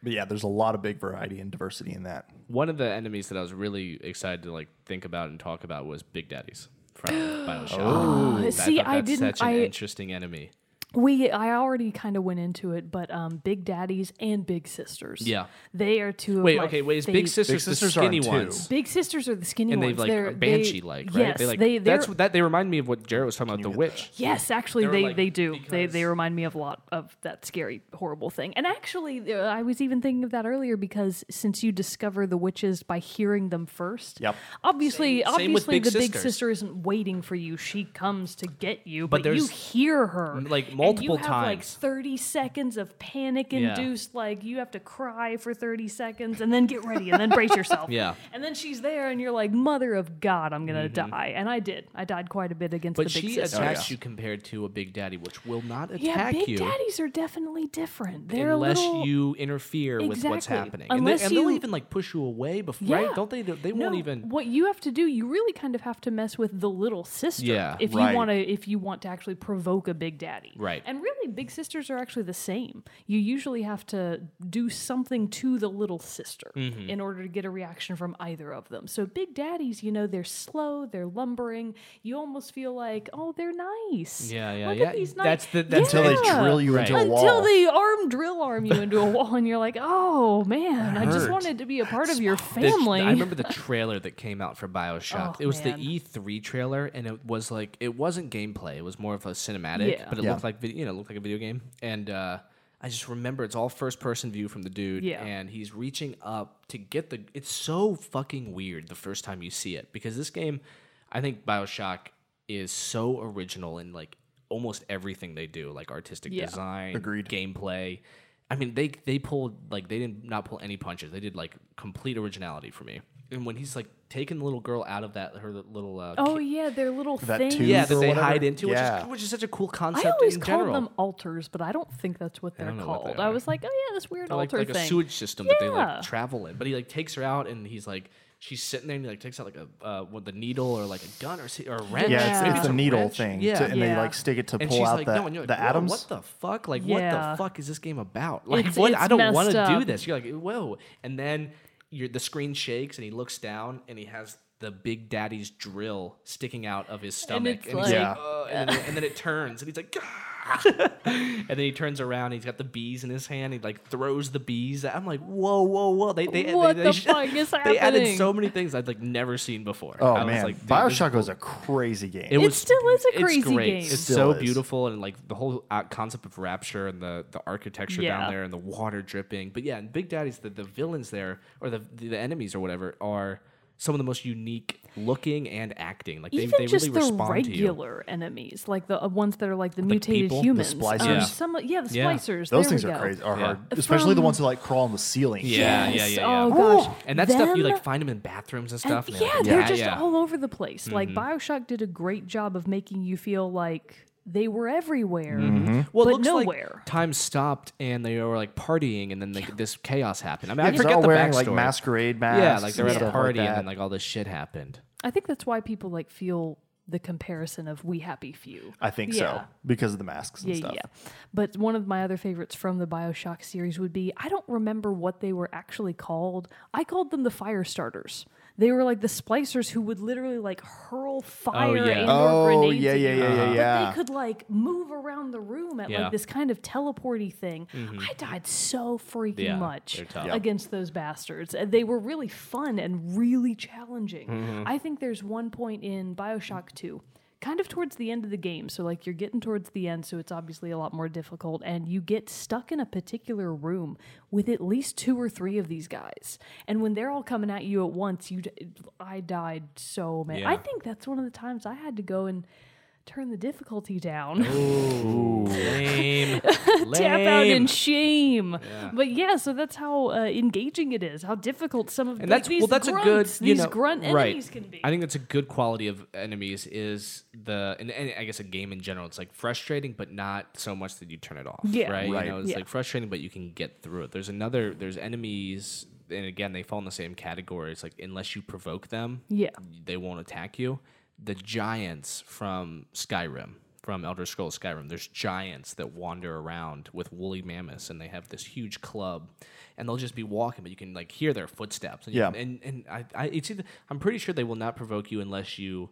But yeah, there's a lot of big variety and diversity in that. One of the enemies that I was really excited to like think about and talk about was Big Daddy's from Bioshock. Oh, Uh, see, thought I that's didn't- Such an I- interesting enemy. We I already kind of went into it, but um, Big Daddies and Big Sisters. Yeah. they are two. Of Wait, my okay, wait. Is fav- Big Sisters, Sisters the are skinny in two. ones? Big Sisters are the skinny and ones. they've like they're, a banshee like, right? Yes, they like they, they're- that's what- that they remind me of what Jared was talking about the witch. Yes, actually, They're they, like- they do. They, because- they remind me of a lot of that scary, horrible thing. And actually, uh, I was even thinking of that earlier because since you discover the witches by hearing them first, Yep. obviously, Same- same with obviously Big the big Sisters. sister isn't waiting for you. She comes to get you, but, you there's, hear her like, and multiple you have, Like times. thirty seconds of Yeah. panic-induced, like you have to cry for thirty seconds and then get ready and then brace yourself. Yeah. Mm-hmm. And then she's there, and you're like, "Mother of God, I'm gonna die!" And I did. I died quite a bit against But the big she sister. attacks you compared to a Big Daddy, which will not attack Yeah, big you. daddies are definitely different. They're Unless a little, you interfere with what's Exactly. happening, Unless and, they, will you- even like push you away before, yeah. right? Don't they? They No, won't even. What you have to do, you really kind of have to mess with the little sister. Yeah, if right. you want to, if you want to actually provoke a big daddy. Right. And really, big sisters are actually the same. You usually have to do something to the little sister Mm-hmm. in order to get a reaction from either of them. So big daddies, you know, they're slow, they're lumbering. You almost feel like, oh, they're nice. Yeah, yeah, Look yeah. at these nice. That's the- that's Until they Yeah. drill you into a Right. wall. Until they arm drill arm you into a wall, and you're like, oh man, I just hurt. wanted to be a part of your the- family. I remember the trailer that came out for Bioshock. Oh, it was man. the E3 trailer, and it was like it wasn't gameplay. It was more of a cinematic, Yeah. but it Yeah. looked like vid- you know, it looked like a video game. And uh, I just remember it's all first person view from the dude, Yeah. and he's reaching up to get the. It's so fucking weird the first time you see it because this game, I think Bioshock is so original in like almost everything they do, like artistic Yeah. design, Agreed. gameplay. I mean, they they pulled like they did not pull any punches. They did like complete originality for me. And when he's like taking the little girl out of that her little uh, oh ca- yeah, their little That thing. tube. yeah that or they whatever. hide into, which Yeah. is which is such a cool I concept. always in called general. them altars, but I don't think that's what they're don't know what called. they I are. was like, oh yeah, this weird They're like altar like thing. a sewage system that they Yeah. like travel in. But he like takes her out and he's like she's sitting there and he like takes out like a uh, what the needle or like a gun or si- or a wrench. yeah, it's, Yeah. it's Maybe the a needle wrench. thing, Yeah. to, and they Yeah. like stick it to and pull she's out like, the, no, and you're like, the "Whoa, atoms. What the fuck? Like, Yeah. what the fuck is this game about? Like, It's- what? it's I don't want messed to do up. this. You're like, whoa. And then you're, the screen shakes, and he looks down, and he has the Big Daddy's drill sticking out of his stomach, it's he's like- Yeah. "Ugh," and, then, and then it turns, and he's like. "Gah!" and then he turns around. and He's got the bees in his hand. He like throws the bees. at- I'm like, whoa, whoa, whoa! They, they, they- What they, the sh- fuck is They added happening? so many things I'd like never seen before. Oh I was man, like, dude, this is Bioshock was a crazy game. it was, still is a it's crazy great. game. It's Still so is. beautiful and like the whole uh, concept of rapture and the, the architecture Yeah. down there and the water dripping. But yeah, and Big Daddy's the, the villains there or the, the enemies or whatever are some of the most unique looking and acting. Like they, Even they just really the respond to you. regular enemies, like the uh, ones that are like the, mutated people, the humans, splicers. Um, Yeah. some, yeah, the Yeah. splicers. Those there things we are go. crazy, are Yeah. hard, especially the From- ones that like crawl on the ceiling. Yeah, yeah, Yes. yeah, yeah. Oh gosh, And that stuff you Them- like find them in bathrooms and stuff. And and yeah, like, they're just all over the place. Like Mm-hmm. Bioshock did a great job of making you feel like they were everywhere, well, it but looks like nowhere. time stopped and they were like partying, and then like, this chaos happened. I mean, I They're forget all the wearing backstory. like masquerade masks. yeah, like they're and at a stuff party, like and that. then like all this shit happened. I think that's why people like feel the comparison of We Happy Few. I think so Yeah. because of the masks and Yeah, stuff. yeah. But one of my other favorites from the Bioshock series would be I don't remember what they were actually called. I called them the fire starters. They were like the splicers who would literally like hurl fire yeah. and Oh, or grenades. yeah, at yeah, you. yeah, yeah, But yeah. they could like move around the room at Yeah. Mm-hmm. like this kind of teleporty thing. I died so freaking Yeah, much they're tough. Yeah. against those bastards. And They were really fun and really challenging. I think there's one point in Bioshock 2, kind of towards the end of the game. So, like, you're getting towards the end, so it's obviously a lot more difficult. And you get stuck in a particular room with at least two or three of these guys. And when they're all coming at you at once, you, d- I died so many. I Yeah. think that's one of the times I had to go and turn the difficulty down. Lame. tap out in shame. But yeah, so that's how uh, engaging it is. How difficult some of like, and that's these well. That's grunts, a good. You these know, grunt right. enemies can be. I think that's a good quality of enemies is the and, and I guess a game in general. It's like frustrating, but not so much that you turn it off. Yeah. right. Right. You know, it's Yeah. like frustrating, but you can get through it. There's another. There's enemies, and again, they fall in the same category. It's like unless you provoke them, Yeah. they won't attack you. The giants from Skyrim. from Elder Scrolls Skyrim. There's giants that wander around with woolly mammoths, and they have this huge club, and they'll just be walking, but you can like hear their footsteps. And you Yeah. can- and and I, I it's either, I'm pretty sure they will not provoke you unless you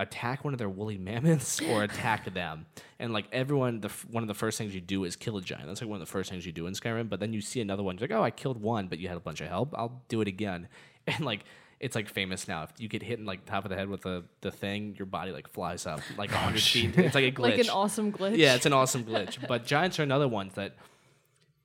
attack one of their woolly mammoths or attack them. And like everyone, the f- one of the first things you do is kill a giant. That's like one of the first things you do in Skyrim. But then you see another one, you're like, oh, I killed one, but you had a bunch of help. I'll do it again. And like. It's like famous now. If you get hit in like top of the head with the, the thing, your body like flies up like a hundred feet. It's like a glitch. Oh, Like an awesome glitch. Yeah, it's an awesome glitch. But giants are another one that.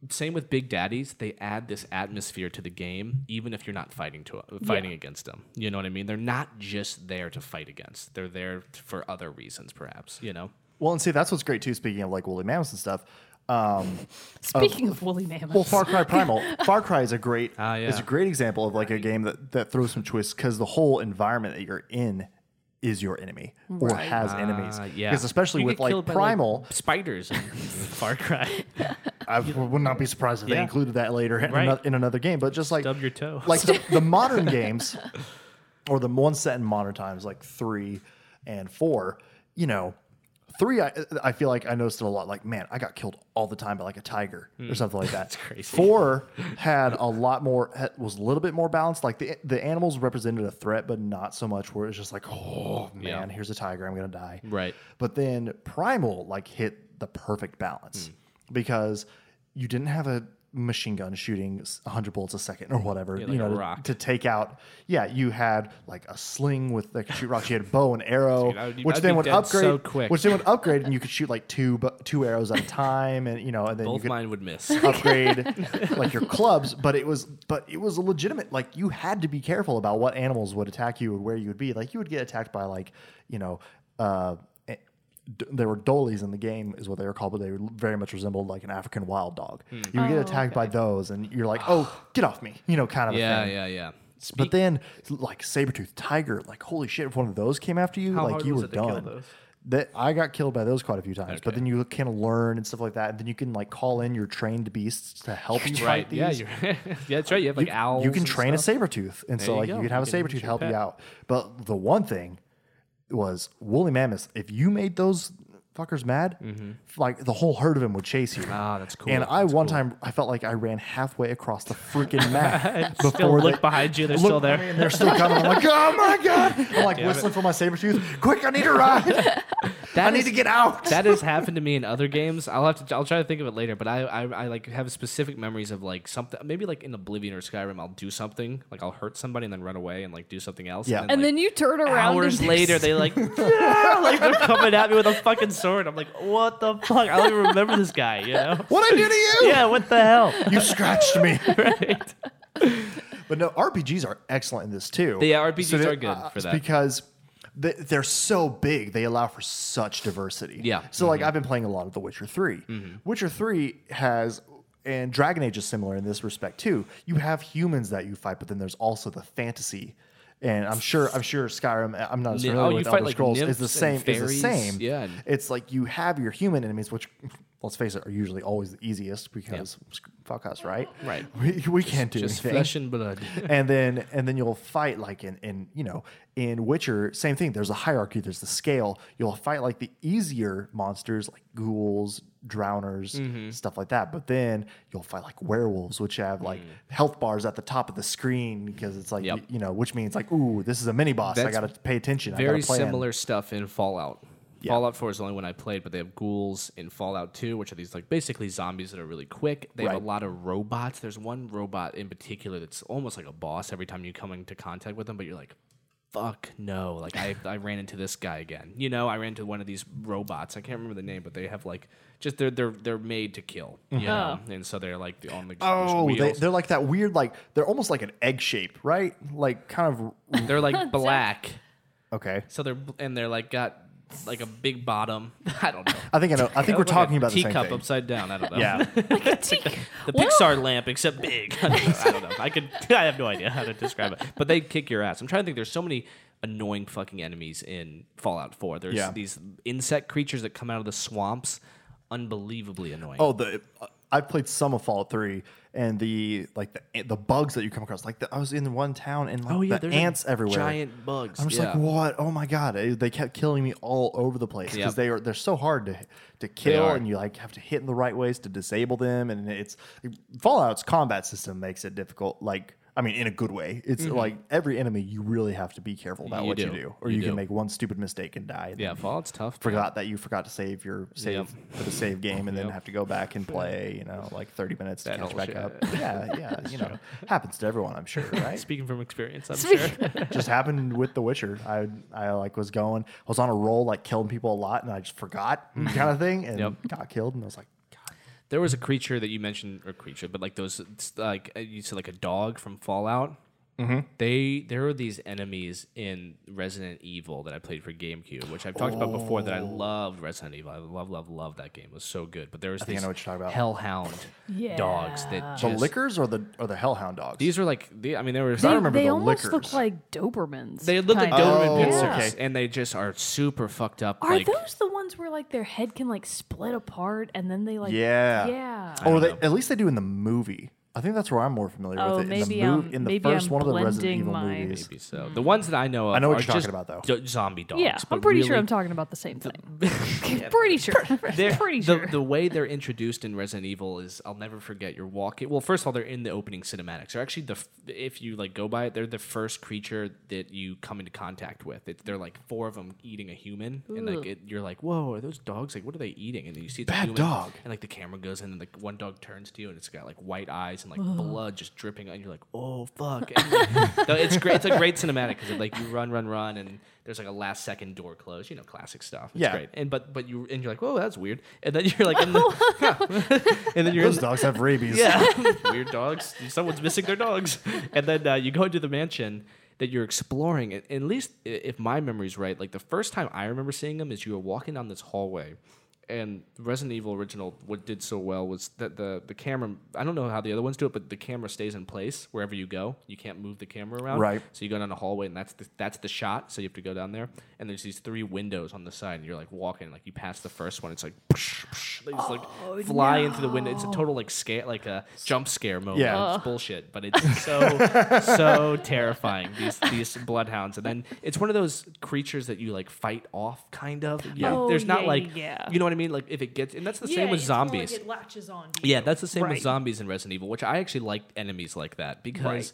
Same with big daddies, they add this atmosphere to the game, even if you're not fighting to uh, fighting against them. You know what I mean? They're not just there to fight against. They're there t- for other reasons, perhaps. You know? Well, and see, that's what's great too. Speaking of like woolly mammoths and stuff, um, Speaking of woolly mammoths, well, Far Cry Primal, Far Cry is a great Ah, yeah. is a great example of like a game that that throws some twists because the whole environment that you're in is your enemy or has enemies. Uh, yeah, because especially You with get like killed by, Primal, spiders, and Far Cry. I would not be surprised if Yeah. they included that later in, Right. ano- in another game. But just like Stub your toe. like the, the modern games, or the one set in modern times, like three and four. You know, three. I I feel like I noticed it a lot. Like, man, I got killed all the time by like a tiger or something like that. That's Hmm. crazy. Four had a lot more. had- Was a little bit more balanced. Like the the animals represented a threat, but not so much where it's just like, oh man, Yeah. here's a tiger, I'm gonna die. Right. But then Primal like hit the perfect balance Hmm. because you didn't have a machine gun shooting s- 100 bullets a second or whatever, like you know, a to- rock. To, take out. Yeah, you had like a sling with like shoot rocks. You had bow and arrow, Dude, I would- which I'd then be would dead so upgrade, quick. which then would upgrade, and you could shoot like two bu- two arrows at a time, and you know, and then you Both could mine would miss. upgrade like your clubs, but it was but it was legitimate. Like you had to be careful about what animals would attack you and where you would be. Like you would get attacked by like you know. Uh, eh, d- there were dolies in the game, is what they were called, but they very much resembled like an African wild dog. You would get attacked by those, and you're like, "Oh, get off me!" You know, kind of a Yeah, thing. yeah, yeah. But then, like saber-toothed tiger, like holy shit! If one of those came after you, How like hard you was were it to kill done. those? That I got killed by those quite a few times. But Okay. then you kind of learn and stuff like that. And then you can like call in your trained beasts to help you fight right. these. Yeah, you're, yeah, that's right. You have like owls. You can and train a stuff. saber tooth, and There so you like go. you can have You a can saber use tooth your help pet. you out. But the one thing was woolly mammoths. If you made those fuckers mad, like the whole herd of them would chase you. Mm-hmm. Ah, that's cool. And I That's one cool. time I felt like I ran halfway across the freaking map before Still they- look behind you. They're Look, still there. I mean, they're still coming. I'm like, oh my god! I'm like whistling for my saber tooth. Quick, I need a ride. I That need is- to get out. that has happened to me in other games. I'll have to. I'll try to think of it later. But I, I, I like have specific memories of like something. Maybe like in Oblivion or Skyrim, I'll do something. Like I'll hurt somebody and then run away and like do something else. Yeah. And like, then you turn around. hours and later, there's- they like, yeah, like they're coming at me with a fucking sword. I'm like, what the fuck? I don't even remember this guy. You know? What I do to you? Yeah. What the hell? You scratched me. Right. But no, RPGs are excellent in this too. Yeah, RPGs they- are good for it's that. because th- they're so big. They allow for such diversity. Yeah. Mm-hmm. So like I've been playing a lot of The Witcher 3 Witcher Three has. And Dragon Age is similar in this respect too. You have humans that you fight, but then there's also the fantasy, and I'm sure I'm sure Skyrim. I'm not as Nym- familiar oh, you with fight, Elder like, Scrolls. Is nymphs the and same? Is the fairies. same? Yeah. It's like you have your human enemies, which let's face it, are usually always the easiest because fuck us, right? Right. We, we can't do Just anything flesh and blood. and then and then you'll fight like in in you know in Witcher same thing there's a hierarchy there's the scale you'll fight like the easier monsters like ghouls drowners Mm-hmm. stuff like that but then you'll fight like werewolves which have like health bars at the top of the screen because it's like Mm. Yep. you, know which means like ooh this is a mini boss I That's got to pay attention I very gotta plan. similar stuff in Fallout. Fallout 4 is the only one I played, but they have ghouls in Fallout 2, which are these like basically zombies that are really quick. They have Right. a lot of robots. There's one robot in particular that's almost like a boss every time you come into contact with them, but you're like, fuck no. Like I, I ran into this guy again. You know, I ran into one of these robots. I can't remember the name, but they have like just they're they're they're made to kill. You know? And so they're like the only Mm-hmm. Oh, they, wheels. they're like that weird, like they're almost like an egg shape, right? Like kind of they're like black. okay. So they're and they're like got like a big bottom. I don't know. I think I know. I think we're Like a talking about the same teacup thing. upside down. I don't know. Yeah, the Pixar lamp, except big. I don't know. I, don't know. I could. I have no idea how to describe it. But they kick your ass. I'm trying to think. There's so many annoying fucking enemies in Fallout 4. There's Yeah. these insect creatures that come out of the swamps. Unbelievably annoying. Oh, the uh, I've played some of Fallout Three, and the like the the bugs that you come across. Like the, I was in one town and like Oh yeah, the there's ants everywhere. Giant bugs. I'm just like, yeah. what? Oh my god! Eh, They kept killing me all over the place because Yep. they are they're so hard to to kill, are. and you like have to hit in the right ways to disable them. And it's Fallout's combat system makes it difficult. Like, I mean, in a good way. It's like every enemy you really have to be careful about Mm-hmm. You what you do. do, or you, You can do. make one stupid mistake and die. and yeah, Fallout's tough. man. Forgot that you forgot to save your save for the save game, and then Yep. have to go back and play. You know, like thirty minutes to That catch whole back shit. up. Yeah, yeah. you know, happens to everyone, I'm sure, right? Speaking from experience, I'm Speak- sure. just happened with The Witcher. I I like was going, I was on a roll, like killing people a lot, and I just forgot kind of thing, and Yep. got killed, and I was like, God, There was a creature that you mentioned, or creature, but like those, it's like uh, you said, like a dog from Fallout. Mm-hmm. They there are these enemies in Resident Evil that I played for GameCube, which I've talked about before. Oh. That I loved Resident Evil. I love, love, love that game. It was so good. But there was think I these know what you're talking about. hellhound dogs Yeah. that just the lickers or the or the hellhound dogs. these were like the. I mean, they were. I They, remember they the almost lickers. look like Dobermans. They look like kind of. Doberman Oh, pincers, okay. and they just are super fucked up. Are like, those the ones where like their head can like split apart and then they like yeah, yeah Oh, Or they, at least they do in the movie. I think that's where I'm more familiar Oh, with it. In maybe the, mov- I'm- in the maybe 1st I'm one of the Resident blending Evil my- movies. Maybe so. The ones that I know of know what are you're talking just about, though. d- zombie dogs. yeah. but I'm pretty sure really I'm talking about the same thing. pretty sure. They're- pretty the, sure. the way they're introduced in Resident Evil is I'll never forget. You're walking. Well, first of all, they're in the opening cinematics. They're actually the f- if you like go by it, they're the first creature that you come into contact with. It, they're like four of them eating a human, and like it, you're like, whoa, are those dogs? Like, what are they eating? And then you see the Bad human, dog. and like the camera goes in, and like one dog turns to you, and it's got like white eyes and like blood just dripping, and you're like, oh fuck. And, like, no, it's great. It's a great cinematic because like you run, run, run, and there's like a last second door close. You know, classic stuff. It's Yeah. great. And but but you and you're like, whoa, that's weird. And then you're like, in the, and then you're in Those dogs have rabies. yeah. Weird dogs. Someone's missing their dogs. And then uh, you go into the mansion that you're exploring. And at least i- if my memory's right, like the first time I remember seeing them is you were walking down this hallway. And Resident Evil original, what did so well was that the, the camera, I don't know how the other ones do it, but the camera stays in place wherever you go. You can't move the camera around. Right. So you go down a hallway, and that's the, that's the shot. So you have to go down there, and there's these three windows on the side, and you're like walking, like you pass the first one, it's like psh, psh, they just like Oh, fly into the window. It's a total like scare, like a jump scare moment. Yeah. it's bullshit, but it's so so terrifying. These these bloodhounds, and then it's one of those creatures that you like fight off, kind of. You- Oh, there's not yeah, like yeah. you know what I mean. Like if it gets, and that's the same with zombies. latches on. Yeah, that's the same Right. with zombies in Resident Evil, which I actually like enemies like that because Right.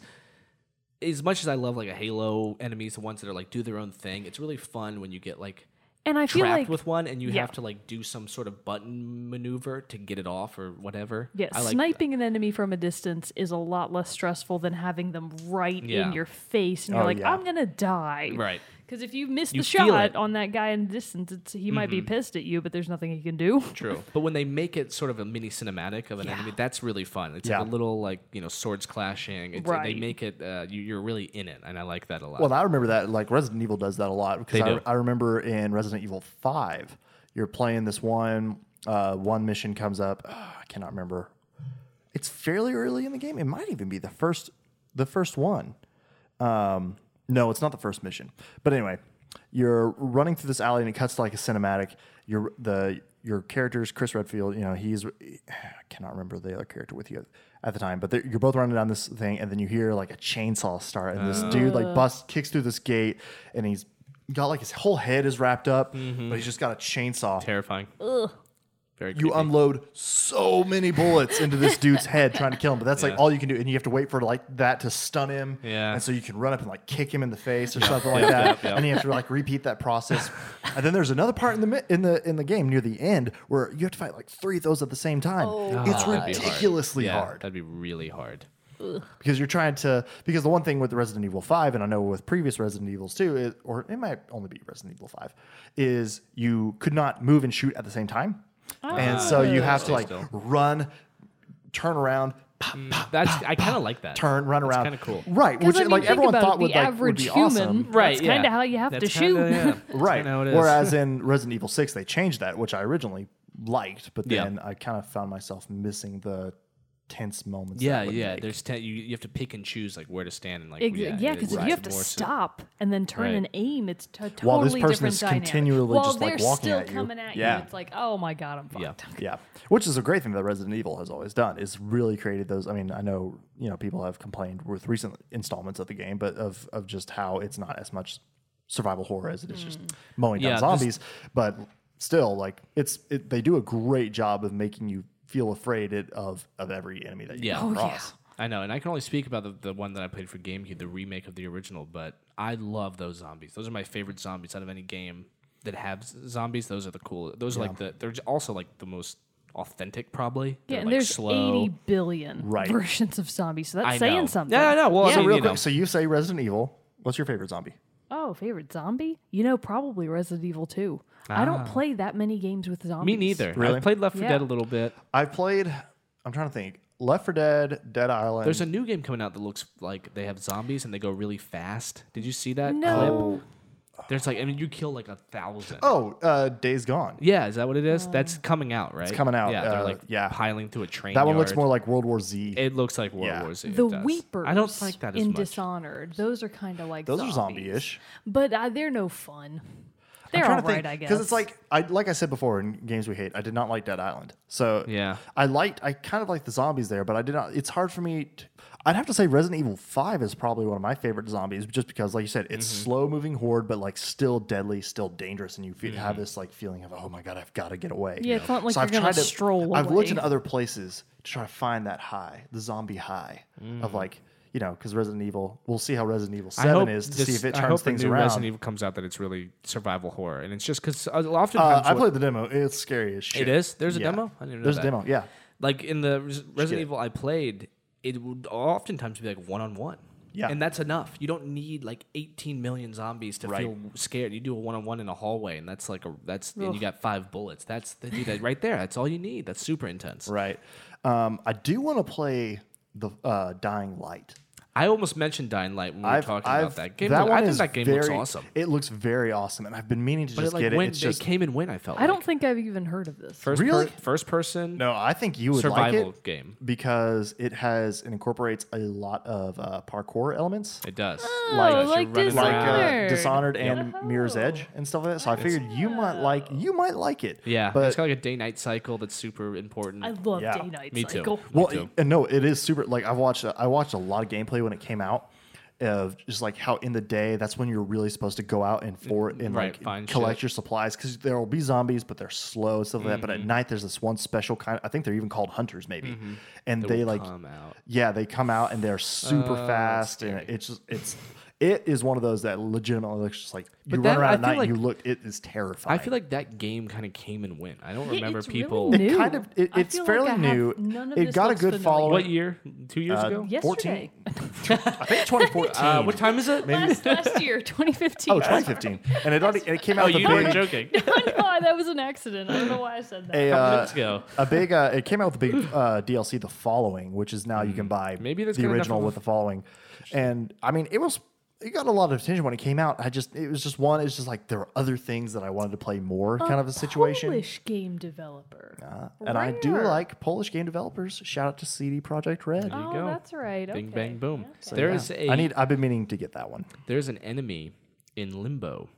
as much as I love like a Halo enemies, the ones that are like do their own thing, it's really fun when you get like And I feel trapped like with one and you yeah. have to like do some sort of button maneuver to get it off or whatever. yeah, I like sniping an enemy from a distance is a lot less stressful than having them right Yeah. in your face and you're Oh, like, yeah. I'm gonna die. Right. Because if you miss You the feel shot it. on that guy in the distance, it's, he might Mm-hmm. be pissed at you, but there's nothing he can do. True. But when they make it sort of a mini cinematic of an enemy, that's really fun. It's Yeah. like a little like, you know, swords clashing. It's, Right. They make it, uh, you, you're really in it. And I like that a lot. Well, I remember that like Resident Evil does that a lot because They I, do. I remember in Resident Evil Five, you're playing this one. Uh, one mission comes up. Ah, I cannot remember. It's fairly early in the game. It might even be the first, the first one. Um, no, it's not the first mission. But anyway, you're running through this alley and it cuts to like a cinematic. Your the your character's Chris Redfield. You know he's I cannot remember the other character with you at the time, but they're- you're both running down this thing and then you hear like a chainsaw start and this dude like busts kicks through this gate and he's got like his whole head is wrapped up, but he's just got a chainsaw. Terrifying. Very You creepy. unload so many bullets into this dude's head trying to kill him, but that's like all you can do, and you have to wait for like that to stun him. Yeah. and so you can run up and like kick him in the face or something like that, yep, yep. and you have to like repeat that process. and then there's another part in the mi- in the in the game near the end where you have to fight like three of those at the same time. it's Oh. Ah, That'd be hard. ridiculously Yeah, hard That'd be really hard. because you're trying to because the one thing with Resident Evil Five, and I know with previous Resident Evils too, is, or it might only be Resident Evil Five, is you could not move and shoot at the same time, and so you Ah. have to Stay like still. run, turn around, pop, That's I kind of like that. turn, run around. kinda cool. right? Because Which I mean, like think everyone about thought it, would the like would average be human, awesome. Right. That's yeah. kinda how you have to That's shoot. kinda- yeah. That's Right. kinda how it is. Whereas in Resident Evil 6, they changed that, which I originally liked, but Yeah. then I kind of found myself missing the tense moments. that Yeah, would yeah. make. There's ten, you, you have to pick and choose like where to stand and like Ex- yeah, it because is if you have to more so- stop and then turn Right. and aim, it's t- totally While this person different is dynamic. continually While just, like, they're walking still at you. coming at Yeah. you, it's like, oh my god, I'm fucked. Yeah. Yeah, which is a great thing that Resident Evil has always done is really created those. I mean, I know you know people have complained with recent installments of the game, but of of just how it's not as much survival horror as it is just Mm. mowing down Yeah, this- zombies. But still, like it's it, they do a great job of making you feel afraid it, of of every enemy that you Yeah. come Oh, across. I know, and I can only speak about the, the one that I played for GameCube, the remake of the original. But I love those zombies. Those are my favorite zombies out of any game that have z- zombies. Those are the cool. Those are like the. They're j- also like the most authentic, probably. Yeah, They're, and like, there's slow. 80 billion Right. versions of zombies, so that's I saying know. something. Yeah, I know. Well, I So mean, real you quick, know. so you say Resident Evil. What's your favorite zombie? Oh, favorite zombie? You know, probably Resident Evil 2. I don't play that many games with zombies. Ah. me neither. Really? I played Left 4 Yeah. Dead a little bit. I've played. I'm trying to think. Left for Dead, Dead Island. There's a new game coming out that looks like they have zombies and they go really fast. Did you see that No. clip? There's like, I mean, you kill like a thousand. oh, uh, Days Gone. Yeah, is that what it Uh, is? That's coming out, right? coming out, Yeah, they're uh, like yeah. piling through a train. That one looks yard. more like World War Z. It looks like World Yeah. War Z. it The does. Weepers I don't like that as in much. Dishonored. Those are kind of like Those zombies. are zombie-ish. But uh, they're no fun. They're trying all to right, think, I guess. Because it's like I like I said before in games we hate, I did not like Dead Island. So Yeah. I liked I kind of liked the zombies there, but I did not. It's hard for me. To, I'd have to say Resident Evil Five is probably one of my favorite zombies, just because like you said, it's Mm-hmm. slow moving horde, but like still deadly, still dangerous, and you feel, Mm-hmm. have this like feeling of oh my god, I've got to get away. Yeah, it's not like so you're I've gonna tried to stroll I've looked in away. other places to try to find that high, the zombie high of like. You know, because Resident Evil, we'll see how Resident Evil Mm. I hope Seven is to this- see if it I turns hope the things new around. Resident Evil comes out that it's really survival horror, and it's just because often Uh, I played the demo. It's scary as shit. it is. There's a Yeah. demo. I didn't know There's that. a demo. Yeah. Like in the Res- get it. Resident Evil I played, it would oftentimes be like one on one. Yeah. and that's enough. You don't need like 18 million zombies to Right. feel scared. You do a one on one in a hallway, and that's like a that's and you got five bullets. That's they do that right there. That's all you need. That's super intense. Right. Um, I do want to play the uh, Dying Light. I almost mentioned Dying Light when we were talking about that game. I one think is that game looks very- awesome. It looks very awesome, and I've been meaning to But just it, like get it. when It's they just came and went, I felt. I like. don't think I've even heard of this. First, Really? per- first person no. I think you would survival like it game. because it has it incorporates a lot of uh, parkour elements. It does. like, Like- You're Oh, like running like uh, Dishonored. Dishonored and Mirror's Edge and stuff like that. So I figured you might like you might like it. yeah, but it's got like a day night cycle that's super important. I love Yeah. day night Me too. cycle. Well, too. and no, it is super. Like I've watched, I watched a lot of gameplay when it came out, of just like how in the day that's when you're really supposed to go out and for and Mm, Right, like find collect shit. your supplies because there will be zombies, but they're slow and stuff like that. But Mm-hmm. at night, there's this one special kind. I think they're even called hunters, maybe, and they, like come Oh, out. yeah, they come out and they're super fast, and it's just it's. It is one of those that legitimately looks just like you But run that- around I at night feel and you like- look. It is terrifying. I feel like that game kind of came and went. I don't Yeah, remember it's really people. new. it kind of it, I it's feel like fairly I have- new. none of It this got a looks good familiar. following. what year? Two years Uh, ago. 14 Yesterday. I think 2014. Uh, what time is it? Last, last year, 2015. Oh, 2015. And it already and it came out Oh, with a you were big joking. no, that was an accident. I don't know why I said that. a, uh, Let's go. a big uh, it came out with a big uh, DLC the following, which is now you can buy Hmm. Maybe that's the good enough original of a- with the following. And I mean, it was it got a lot of attention when it came out. I just it was just one it's just like there were other things that I wanted to play more kind of a situation. Oh, Ah, Polish game developer. And I do Rare. like Polish game developers. Shout out to CD Project Red. you oh, go. that's right. Bing okay. bang boom. So, Uh, There yeah. is I a need I've been meaning to get that one. there's an enemy in Limbo.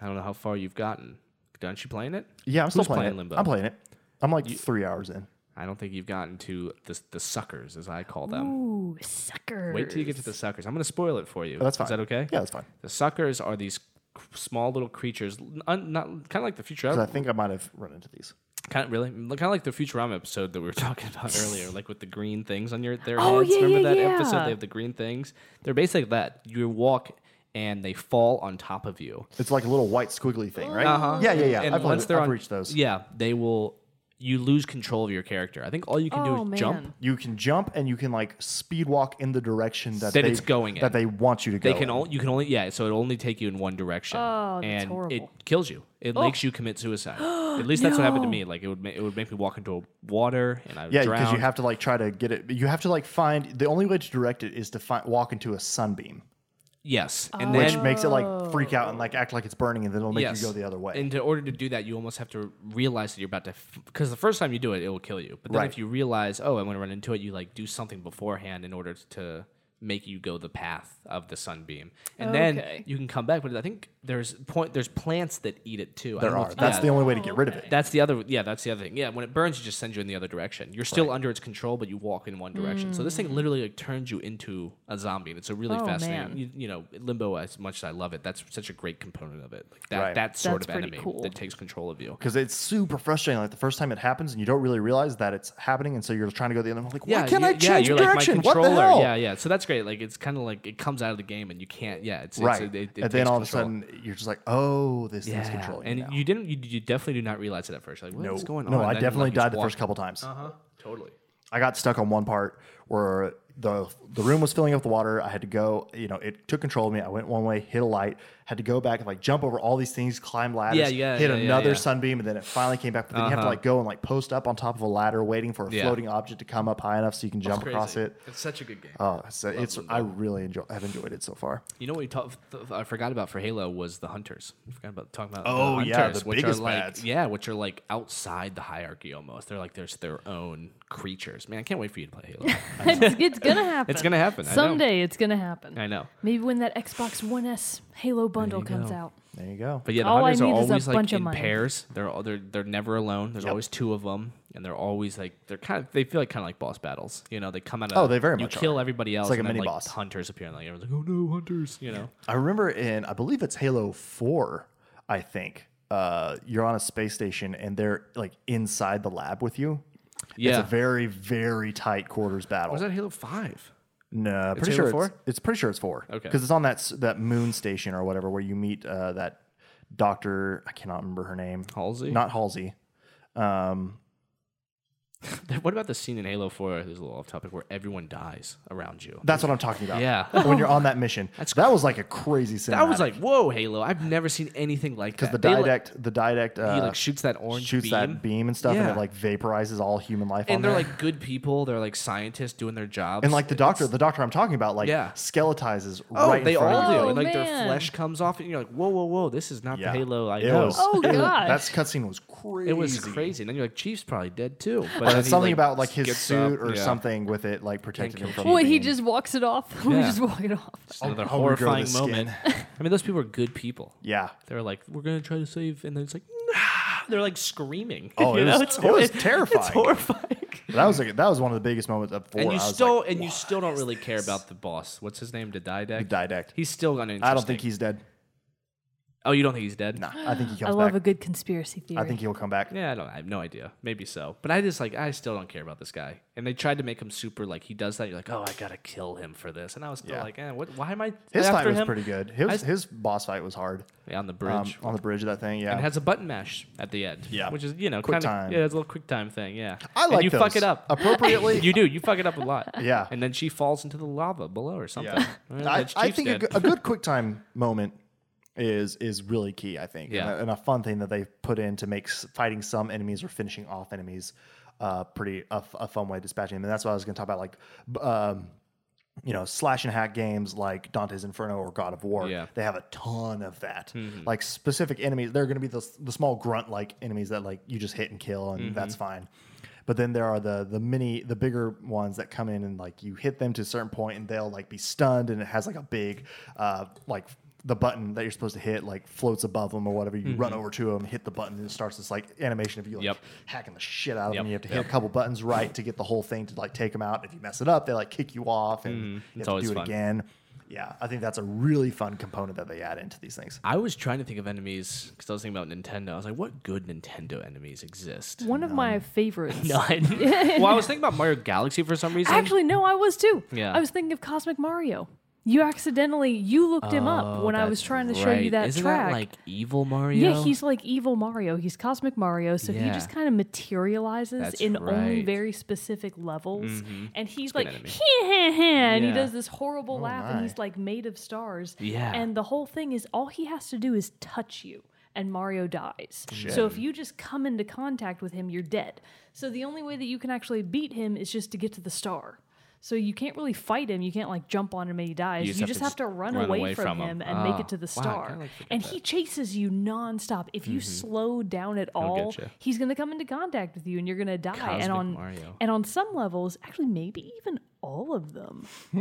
I don't know how far you've gotten. Aren't you playing it? Yeah, I'm still Who's playing, playing it. Limbo? I'm playing it. I'm like 3 hours in. I don't think you've gotten to the the suckers, as I call them. Ooh, sucker. Wait till you get to the suckers. I'm going to spoil it for you. But Oh, that's fine. Is that okay? Yeah, that's fine. The suckers are these c- small little creatures, un, not kind of like the 'Cause Futurama. I think I might have run into these. Kind of really, kind of like the Futurama episode that we were talking about earlier, like with the green things on your their Oh, heads. yeah, Remember yeah, that yeah. episode? They have the green things. They're basically that. You walk and they fall on top of you. It's like a little white squiggly thing, right? Yeah, yeah, yeah. Uh-huh. And I've, once I've, they're on, reached those. yeah, they will. You lose control of your character. I think all you oh, can do is man. jump. You can jump and you can like speed walk in the direction that, That they, it's going in. that they want you to go. They can in. only you can only yeah, so it'll only take you in one direction. Oh, that's and it horrible. kills you. It makes you commit suicide. At least that's what happened to me. Like it would ma- it would make me walk into water and I would yeah, drown. because you have to like try to get it. You have to like find the only way to direct it is to find walk into a sunbeam. Yes, Oh, and which then makes it like freak out and like act like it's burning, and then it'll make yes. you go the other way. And in order to do that, you almost have to realize that you're about to, because the first time you do it, it will kill you. But then Right. if you realize, oh, I'm going to run into it, you like do something beforehand in order to make you go the path of the sunbeam, and Okay. then you can come back. But I think there's point there's plants that eat it too. I there don't know are. if- That's yeah. the only way to get rid of it. That's the other. Yeah, that's the other thing. Yeah, when it burns, it just sends you in the other direction. You're still under its control, but you walk in one direction. So this Mm. thing literally like turns you into a zombie, and it's a really Oh, fascinating. man. You, you know, Limbo. As much as I love it, that's such a great component of it. Like that Right. that sort That's of pretty enemy cool. that takes control of you. Because it's super frustrating. Like the first time it happens, and you don't really realize that it's happening, and so you're trying to go the other. way. Like, why Yeah, can't you- I yeah, change you're direction? Like my what the controller. hell? Yeah, yeah. So that's great. Like it's kind of like it comes out of the game, and you can't. Yeah, it's right. It's, it, it, it and then takes all of a control. sudden, you're just like, oh, this Yeah, thing's controlling and me now. you didn't. You, you definitely do not realize it at first. Like what's no, going on? no, And I then, definitely like, died the first couple times. Uh huh. Totally. I got stuck on one part where the the room was filling up with water. I had to go, you know, it took control of me. I went one way, hit a light, had to go back and like jump over all these things, climb ladders, Yeah, yeah, hit yeah, yeah, another yeah. Uh-huh. sunbeam, and then it finally came back. But then you have to like go and like post up on top of a ladder, waiting for a Yeah. floating object to come up high enough so you can jump It's across crazy. it. It's such a good game. Oh, so it's I really enjoy. I've enjoyed it so far. You know what we talk, th- I forgot about for Halo was the hunters. I forgot about talking about Oh, the yeah, hunters, the which biggest are like bads. yeah, which are like outside the hierarchy almost. They're like there's their own creatures. Man, I can't wait for you to play Halo. it's, it's gonna happen. it's gonna happen I know. someday. It's gonna happen. I know, Maybe when that Xbox One S Halo bundle you comes go. out. There you go. but yeah, the All I hunters are need is a always bunch of like in money. pairs. They're all, they're they're never alone. There's always two of them, and they're always like they're kind of they feel like kind of like boss battles. You know, they come out. Of, Oh, they very you much kill are. everybody else. like a and then, mini boss. Hunters appear and like everyone's like, oh no, hunters. You know, I remember in I believe it's Halo Four. I think uh, you're on a space station and they're like inside the lab with you. Yeah. it's a very very tight quarters battle. was that Halo Five? No, pretty Halo sure it's, 4? it's pretty sure it's four. Okay. because it's on that s- that moon station or whatever where you meet uh, that doctor. I cannot remember her name. Halsey? not Halsey. Um, What about the scene in Halo 4? This is a little off topic where everyone dies around you. that's what I'm talking about. Yeah. when you're on that mission, that was like a crazy cinematic. I was like, whoa, Halo. I've never seen anything like because that. the They, like- didact, the didact, uh, he like shoots that orange shoots beam. that beam and stuff, and Yeah. it like vaporizes all human life. on And they're there. like good people. They're like scientists doing their jobs. and like the doctor, the doctor I'm talking about, like Yeah. skeletizes Oh, right. they in front all of you. do. And like their man. flesh comes off, and you're like, whoa, whoa, whoa. This is not Yeah. the Halo I It know. was- Oh, it was- gosh. that cutscene was crazy. It was crazy. And then you're like, Chief's probably dead too. But But then it's he, something about like his gets suit up. or Yeah. something with it like protecting him kill from. Well, he being- just walks it off. we Yeah. just walk it off. Just Another I'll regrow horrifying this moment. I mean, those people are good people. Yeah. They're like, we're gonna try to save, and then it's like, nah! they're like screaming. Oh, it You know, was- it was It's terrifying. horrifying. That was like that was one of the biggest moments of four. And you I was still like, and you still don't really care about the boss. What's his name? Didact. Didact. He's still uninteresting. I don't think he's dead. Oh, you don't think he's dead? Nah, I think he I comes love back. a good conspiracy theory. I think he'll come back. Yeah, I don't. I have no idea. Maybe so. But I just like I still don't care about this guy. And they tried to make him super like he does that. You're like, oh, I gotta kill him for this. And I was still Yeah. like, eh, what? Why am I His after fight was him? pretty good. His I- his boss fight was hard. Yeah, on the Um, bridge. on the bridge of that thing, yeah. and has a button mash at the end. Yeah. which is you know Quick kind of time. yeah, it's a little quick time thing. Yeah, I like and you fuck those. it up Appropriately. you do. You fuck it up a lot. Yeah. and then she falls into the lava below or something. Yeah. Well, I, that's I Mm, Chief's think a, dead. good- a good quick time moment is is really key. I think, and, Yeah. a, and a fun thing that they put in to make s- fighting some enemies or finishing off enemies uh, pretty a, f- a fun way of dispatching them. And that's what I was going to talk about, like. b- Um, you know, slash and hack games like Dante's Inferno or God of War, Yeah. they have a ton of that. Mm-hmm. Like specific enemies, they're going to be the, the small grunt like enemies that like you just hit and kill, and that's Mm-hmm. fine. But then there are the the mini, the bigger ones that come in and like you hit them to a certain point, and they'll like be stunned, and it has like a big, uh, like the button that you're supposed to hit like floats above them or whatever. You run over to them, hit the button, and it starts this like animation of you like Mm-hmm. Yep. hacking the shit out of Yep, them. You have to yep. hit a couple buttons right to get the whole thing to like take them out. If you mess it up, they like kick you off and you have to always do it fun. again. Yeah, I think that's a really fun component that they add into these things. I was trying to think of enemies because I was thinking about Nintendo. I was like, what good Nintendo enemies exist? one of my favorites. No, I- well, I was thinking about Mario Galaxy for some reason. Actually, no, I was too. Yeah. I was thinking of Cosmic Mario. You accidentally you looked him up Oh, when I that's was trying to show you right. that Isn't track. that like evil Mario? yeah, he's like evil Mario. He's Cosmic Mario, so he Yeah. just kind of materializes That's in only right. very specific levels. And he's like, enemy. and he Yeah. does this horrible laugh, my. and he's like made of stars. Yeah. And the whole thing is all he has to do is touch you, and Mario dies. So if you just come into contact with him, you're dead. So the only way that you can actually beat him is just to get to the star. So you can't really fight him. You can't like jump on him and he dies. You just, have, to run, away, from, him, and make Ah, it to the wow, I kinda star. like forget and he chases you nonstop. If you slow down at all, Mm-hmm. get ya. he's going to come into contact with you and you're going to die. Cosmic and on Mario. and on some levels, actually maybe even all of them.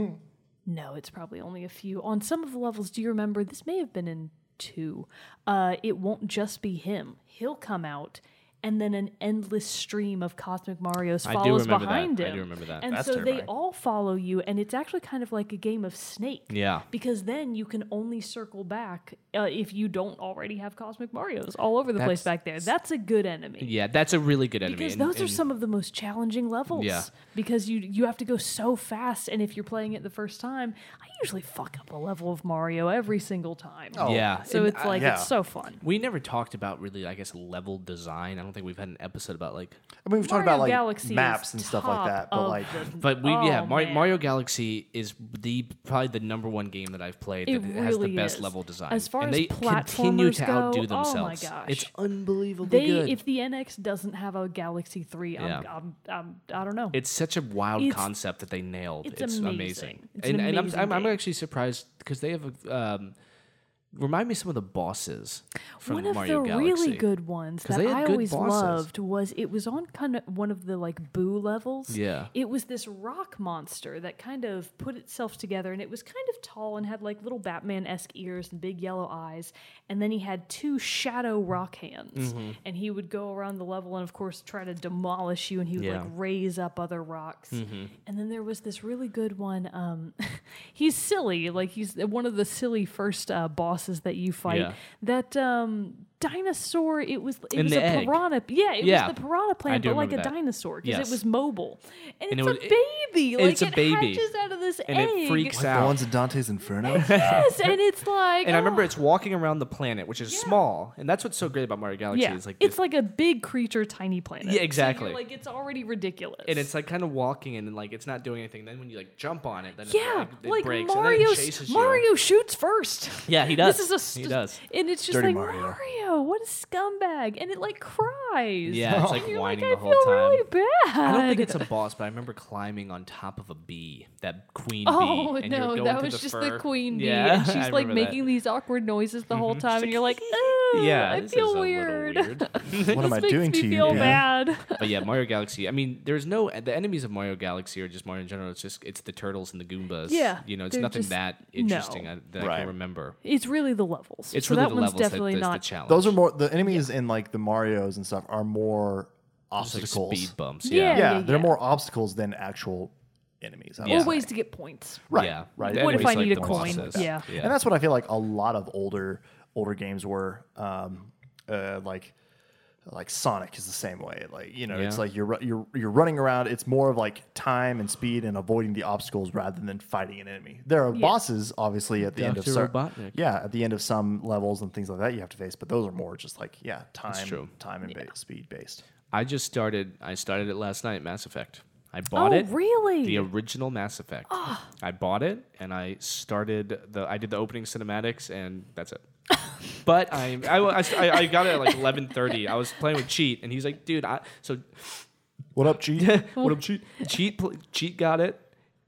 No, it's probably only a few. On some of the levels, do you remember? This may have been in two. Uh, it won't just be him. He'll come out, and then an endless stream of Cosmic Mario's I do follows remember that. behind I him. do remember that. And That's so they terrifying. all follow you, and it's actually kind of like a game of Snake. Yeah. Because then you can only circle back uh, if you don't already have Cosmic Mario's all over the place That's- back there. That's a good enemy. Yeah, that's a really good enemy. Because and- those are and- some of the most challenging levels. Yeah. Because you you have to go so fast, and if you're playing it the first time, I usually fuck up a level of Mario every single time. Oh. Yeah. So and it's like yeah. it's so fun. we never talked about really, I guess, level design. I don't think we've had an episode about like, I mean, we've talked Mario about like Galaxy is maps and stuff like top that, but of like the- but we yeah, Oh, Mario, man. Mario Galaxy is the probably the number one game that I've played It that has the really best is. level design. As far and as they continue platformers to go, outdo oh my themselves. gosh. It's unbelievably They good. if the NX doesn't have a Galaxy Three, I'm, Yeah. I'm, I'm, I don't know. It's such a wild It's- concept that they nailed. it's It's, amazing. amazing. It's and an and I'm- amazing I'm, I'm, game. actually surprised because they have a. Um, remind me some of the bosses from one of Mario the Galaxy. really good ones 'Cause that they had I good always bosses. loved was it was on kind of one of the like Boo levels. Yeah. it was this rock monster that kind of put itself together, and it was kind of tall and had like little Batman esque ears and big yellow eyes, and then he had two shadow rock hands, Mm-hmm. and he would go around the level and of course try to demolish you, and he would Yeah. Mm-hmm. like raise up other rocks, and then there was this really good one. Um, he's silly, like he's one of the silly first uh, bosses that you fight Yeah. that um dinosaur it was it And was the a egg. piranha yeah it Yeah. was the piranha plant do but like a remember that. dinosaur because Yes. it was mobile and, And it it's was- a baby and like it's a baby. it hatches out of this And it egg freaks the out. ones in Dante's Inferno. yes and it's like And I remember oh, it's walking around the planet, which is small, and that's what's so great about Mario Galaxy. yeah Is like it's this, like a big creature tiny planet Yeah, So you're exactly. like it's already ridiculous and it's like kind of walking, and like it's not doing anything. Then when you like jump on it, then yeah, it, like, it like breaks, and then it Mario, chases you. Mario shoots first. Yeah, he does. This is a st- He does. and it's just Dirty like Mario. Mario. what a scumbag! And it like cries. Yeah, it's Oh. like and you're like, whining I the whole feel time. really bad. I don't think it's a boss, but I remember climbing on top of a bee, that queen Oh bee. and you're no, going that through was the just fur. the queen bee, Yeah, and I she's like remember that. making these awkward noises the whole time, and you're like, "Ugh, Yeah, I this feel is a little weird. weird. what am I This makes doing me to you? feel Yeah. bad. but yeah, Mario Galaxy. I mean, there's no the enemies of Mario Galaxy or just Mario in general. It's just it's the turtles and the Goombas. Yeah, you know, it's they're nothing just- that no. interesting I- that I Right. can remember. It's really the levels. It's so really that the one's levels definitely that, that's not. the challenge. Those are more the enemies in like the Mario's and stuff are more It's like obstacles. speed bumps. Yeah. Yeah, yeah, yeah, they're yeah. more obstacles than actual enemies. I would Yeah. Or say. ways to get points. Right. Yeah. Right. That What if was I like need the a coin? process. Yeah. Yeah. And that's what I feel like a lot of older older games were um, uh, like like Sonic is the same way. Like you know, it's Yeah. like you're ru- you're you're running around. It's more of like time and speed and avoiding the obstacles rather than fighting an enemy. There are bosses obviously at the end of Dr. cer- Robotnik. yeah at the end of some levels and things like that you have to face. But those are more just like yeah time true. time and ba- speed based. I just started. I started it last night. Mass Effect. I bought Oh, it. really? Ah. The original Mass Effect. I bought it and I started the. I did the opening cinematics and that's it. but I, I, I, I got it at like eleven thirty. I was playing with Cheat and he's like, dude. I, so What up, G? what up, cheat? Cheat, pl- cheat got it.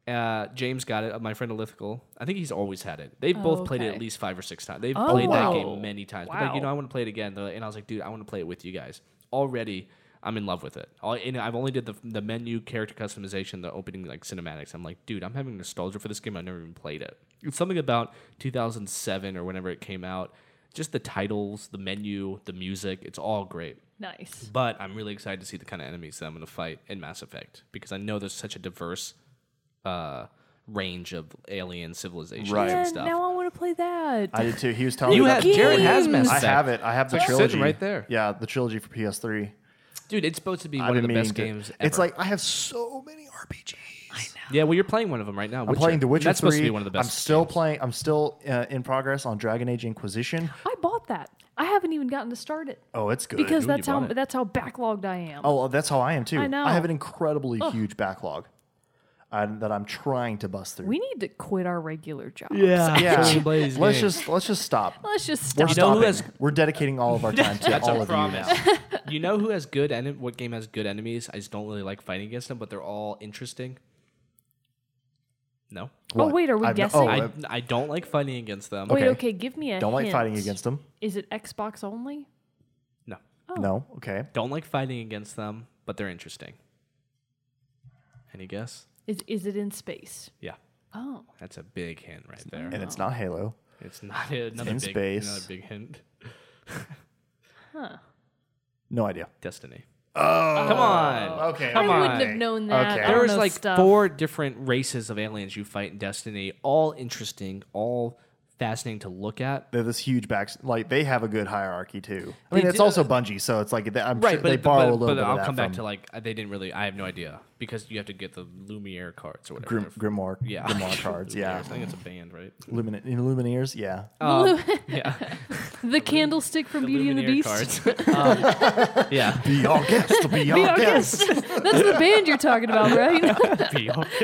Uh, James got it. uh, My friend Elithical. I think he's always had it. They've both played it at Okay. least five or six times. They've Oh, played wow. that game many times. But like, you Wow. know, I want to play it again. They're like- And I was like, dude, I want to play it with you guys. Already, I'm in love with it. All, and I've only did the the menu character customization, the opening like cinematics. I'm like, dude, I'm having nostalgia for this game. I've never even played it. It's something about 2007 or whenever it came out. Just the titles, the menu, the music. It's all great. Nice. But I'm really excited to see the kind of enemies that I'm going to fight in Mass Effect because I know there's such a diverse uh, range of alien civilizations Right. and Yeah, stuff. now I want to play that. I did too. He was telling You me have that Jared has Mass I Effect. have it. I have the It's sitting trilogy right there. Yeah, the trilogy for PS3. Dude, it's supposed to be I've one of been the meaning best to- games It's ever. like I have so many RPGs. I know. yeah, well, you're playing one of them right now. I'm playing The Witcher That's 3. supposed to be one of the best. I'm still playing. I'm still uh, in progress on Dragon Age Inquisition. I bought that. I haven't even gotten to start it Oh, it's good. because that's bought how it. that's how backlogged I am. oh, well, that's how I am too. I know. I have an incredibly huge backlog uh, that I'm trying to bust through. We need to quit our regular jobs. yeah. Don't play these let's games. just let's just stop. Let's just stop. We're You know who stopping. has- We're dedicating all of our time to That's all a of promise. you now. you know who has good and what game has good enemies? I just don't really like fighting against them, but they're all interesting. No. Oh What? wait, are we I've no- guessing? oh, I, I've- I don't like fighting against them. Wait, okay. okay, give me a Don't like fighting hint. against them. Is it Xbox only? No. No. Okay. Don't like fighting against them, but they're interesting. Any guess? Is is it in space? Yeah. Oh. That's a big hint right there. And it's not Halo. It's not another in big space. another big hint. No idea. Destiny. Oh. Come on. Okay. Come I on. wouldn't have known that. Okay. I There There don't was know like stuff. four different races of aliens you fight in Destiny, all interesting, all fascinating to look at. They're this huge back. Like they have a good hierarchy too. I mean, They it's do- also Bungie, so it's like they, I'm Right, sure but they borrow but, a little but bit. I'll of that come back from to like I- they didn't really. I have no idea because you have to get the Lumiere cards or whatever. Grim, they're f- Grimoire, yeah, Grimoire cards. I Yeah, think it's a band, right? Lumin- Illumineers. Yeah, Um, yeah, the candlestick from Beauty and the Lumiere Beast. cards. Um, yeah, be our guest. Be Be our our guest. guest. That's the band you're talking about, right? be honest.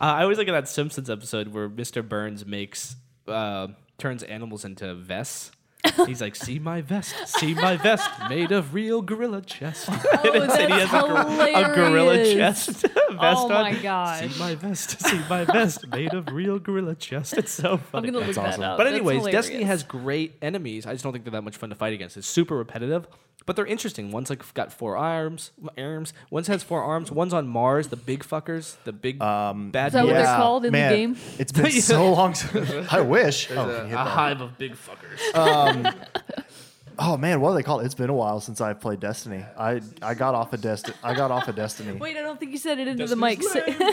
Uh, I always look at that Simpsons episode where Mr. Burns makes uh, turns animals into vests. He's like, see my vest, see my vest, made of real gorilla chest. Oh, that's and he has a, gor- a gorilla hilarious. chest vest Oh my on. gosh. See my vest, see my vest, made of real gorilla chest. It's so I'm funny. gonna look awesome. that up. But Uh, That's anyways, Destiny hilarious. has great enemies. I just don't think they're that much fun to fight against. It's super repetitive, but they're interesting. One's like got four arms, arms. One's has four arms. One's on Mars. The big fuckers. The big Um, bad. Is that what they're boys. Yeah, called in the man, game? It's been so long. since- I wish. Oh, a, you hit a that. hive of big fuckers. Oh, man, what do they call it? It's been a while since I've played Destiny. I I got off of Destiny. I got off of Destiny. Wait, I don't think you said it into the mic. Destiny's Say-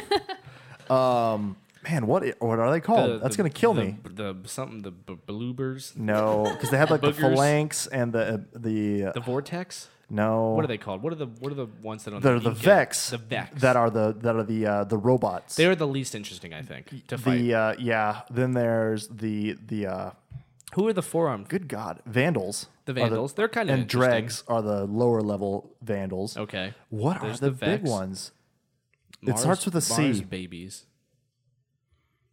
Man, what i- what are they called? The- Oh, That's the- gonna kill the- me. The, something the b- bloobers, No, because they had like the Boogers. phalanx and the uh, the, uh, the vortex. no. What are they called? What are the what are the ones that are on They're the ink? Vex. The vex that are the that are the uh, the robots. They're the least interesting, I think, to fight. the uh, yeah. Then there's the the uh, Who are the forearmed? good god vandals. The are Vandals. They're kinda and interesting. dregs are the lower level vandals. Okay. What There's are the, the big Vex. ones? Mars- it starts with a C. Mars babies.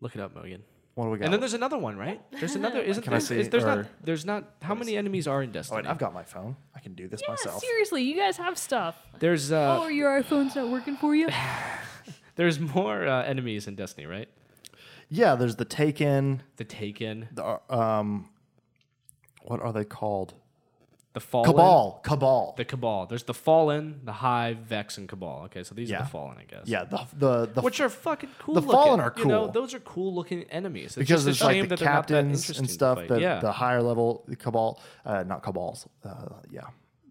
Look it up, Mogan. What do we got? And then there's another one, right? There's another. Isn't Can I there? see- is- there's not. or- There's not. How many enemies are in oh, Destiny? wait, I've got my phone. I can do this yeah, myself. seriously, you guys have stuff. There's Oh, uh. are your iPhones not working for you? There's more uh, enemies in Destiny, right? Yeah, there's the Taken. The Taken, The, uh, um, what are they called? the Fallen, Cabal. Cabal. the Cabal. There's the Fallen, the Hive, Vex, and Cabal. Okay, so these are Yeah. the Fallen, I guess. yeah, the the the Which are fucking cool. The looking. Fallen are You know, cool. those are cool looking enemies. It's because just there's a shame like the that they're not that captains interesting and to stuff. fight. The, yeah. the higher level the cabal, uh, not cabals. Uh, yeah,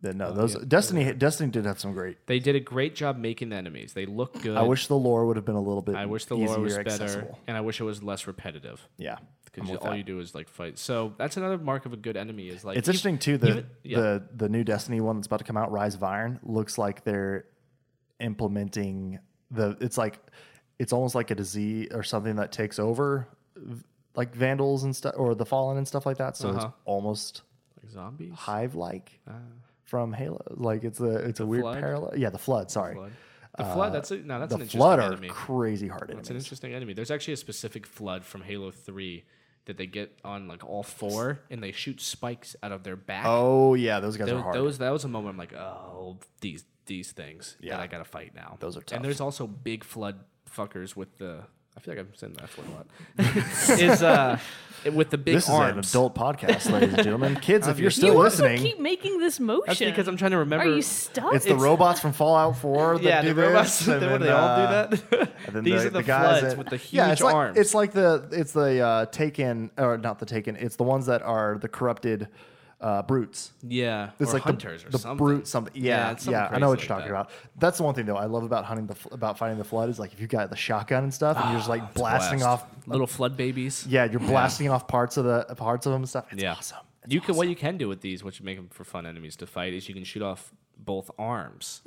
The- Oh, no, those Destiny. Destiny did have some great. they did a great job making the enemies. They look good. I wish the lore would have been a little bit. I wish the easier lore was better, accessible. and I wish it was less repetitive. Yeah, I'm Because with all that. you do is like fight. So that's another mark of a good enemy. Is like It's ev- interesting too. The even- yeah. the the new Destiny one that's about to come out, Rise of Iron, looks like they're implementing the. It's like it's almost like a disease or something that takes over, v- like vandals and stuff, or the fallen and stuff like that. So Uh-huh. it's almost like zombies. hive like from Halo. Like it's a it's a weird Ah. flood? parallel. Yeah, the flood. Sorry, Flood. The flood. That's a, no. That's uh, the an interesting flood are enemy. crazy hard It's an enemies. interesting enemy. There's actually a specific flood from Halo Three that they get on like all four, and they shoot spikes out of their back. Oh yeah, those guys those, are hard. those- that was a moment I'm like, oh, these these things Yeah. that I gotta fight now. Those are tough. And there's also big flood fuckers with the. I feel like I'm saying that for a lot. is uh, with the big this arms. is an adult podcast, ladies and gentlemen. Kids, if you're still you also listening, keep making this motion. That's because I'm trying to remember. Are you stuck? it's the robots from Fallout 4 that yeah, do the robots. this. and they, what, then, they all uh, do that. and then These the, are the, guys floods that- with the huge yeah, it's like, arms. It's like the it's the uh, taken or not the taken. It's the ones that are the corrupted uh, brutes. yeah, It's or like the- hunters the, or something. brute something. Yeah, Yeah, yeah, it's something I know what crazy you're like talking about. That's the one thing though I love about hunting the fl- about fighting the flood is like if you got the shotgun and stuff and you're just like blasting Ah, Blast. off. little flood babies. Yeah, you're blasting off parts of the parts of them and stuff. It's Yeah. awesome. you can what you can do with these, which make them for fun enemies to fight, is you can shoot off both arms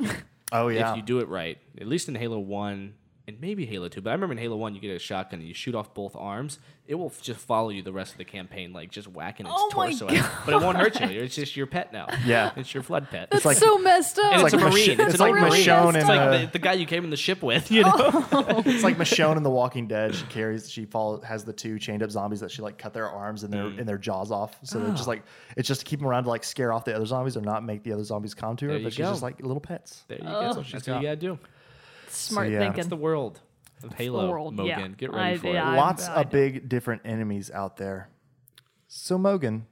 Oh yeah, if you do it right. At least in Halo One and maybe Halo Two, but I remember in Halo One you get a shotgun and you shoot off both arms. It will f- just follow you the rest of the campaign, like just whacking its Oh my torso, at you. but it won't hurt you. It's just your pet now. Yeah. it's your flood pet. That's like- so messed up. and it's, like a Mich- marine. it's It's, an like old marine. Michonne It's in like the- the, the guy you came in the ship with. uh, You know, it's like Michonne in The Walking Dead. She carries, she follow, has the two chained up zombies that she like cut their arms and their Mm. and their jaws off. So they're Ah. just like it's just to keep them around to like scare off the other zombies or not make the other zombies come to her. you But she's go. Oh. just like little pets. there you go. That's what you gotta do. Smart yeah. thinking. It's the world. of Halo, world, Mogan. yeah. Get ready I- for yeah, it. I- Lots I of big different enemies out there. So Mogan,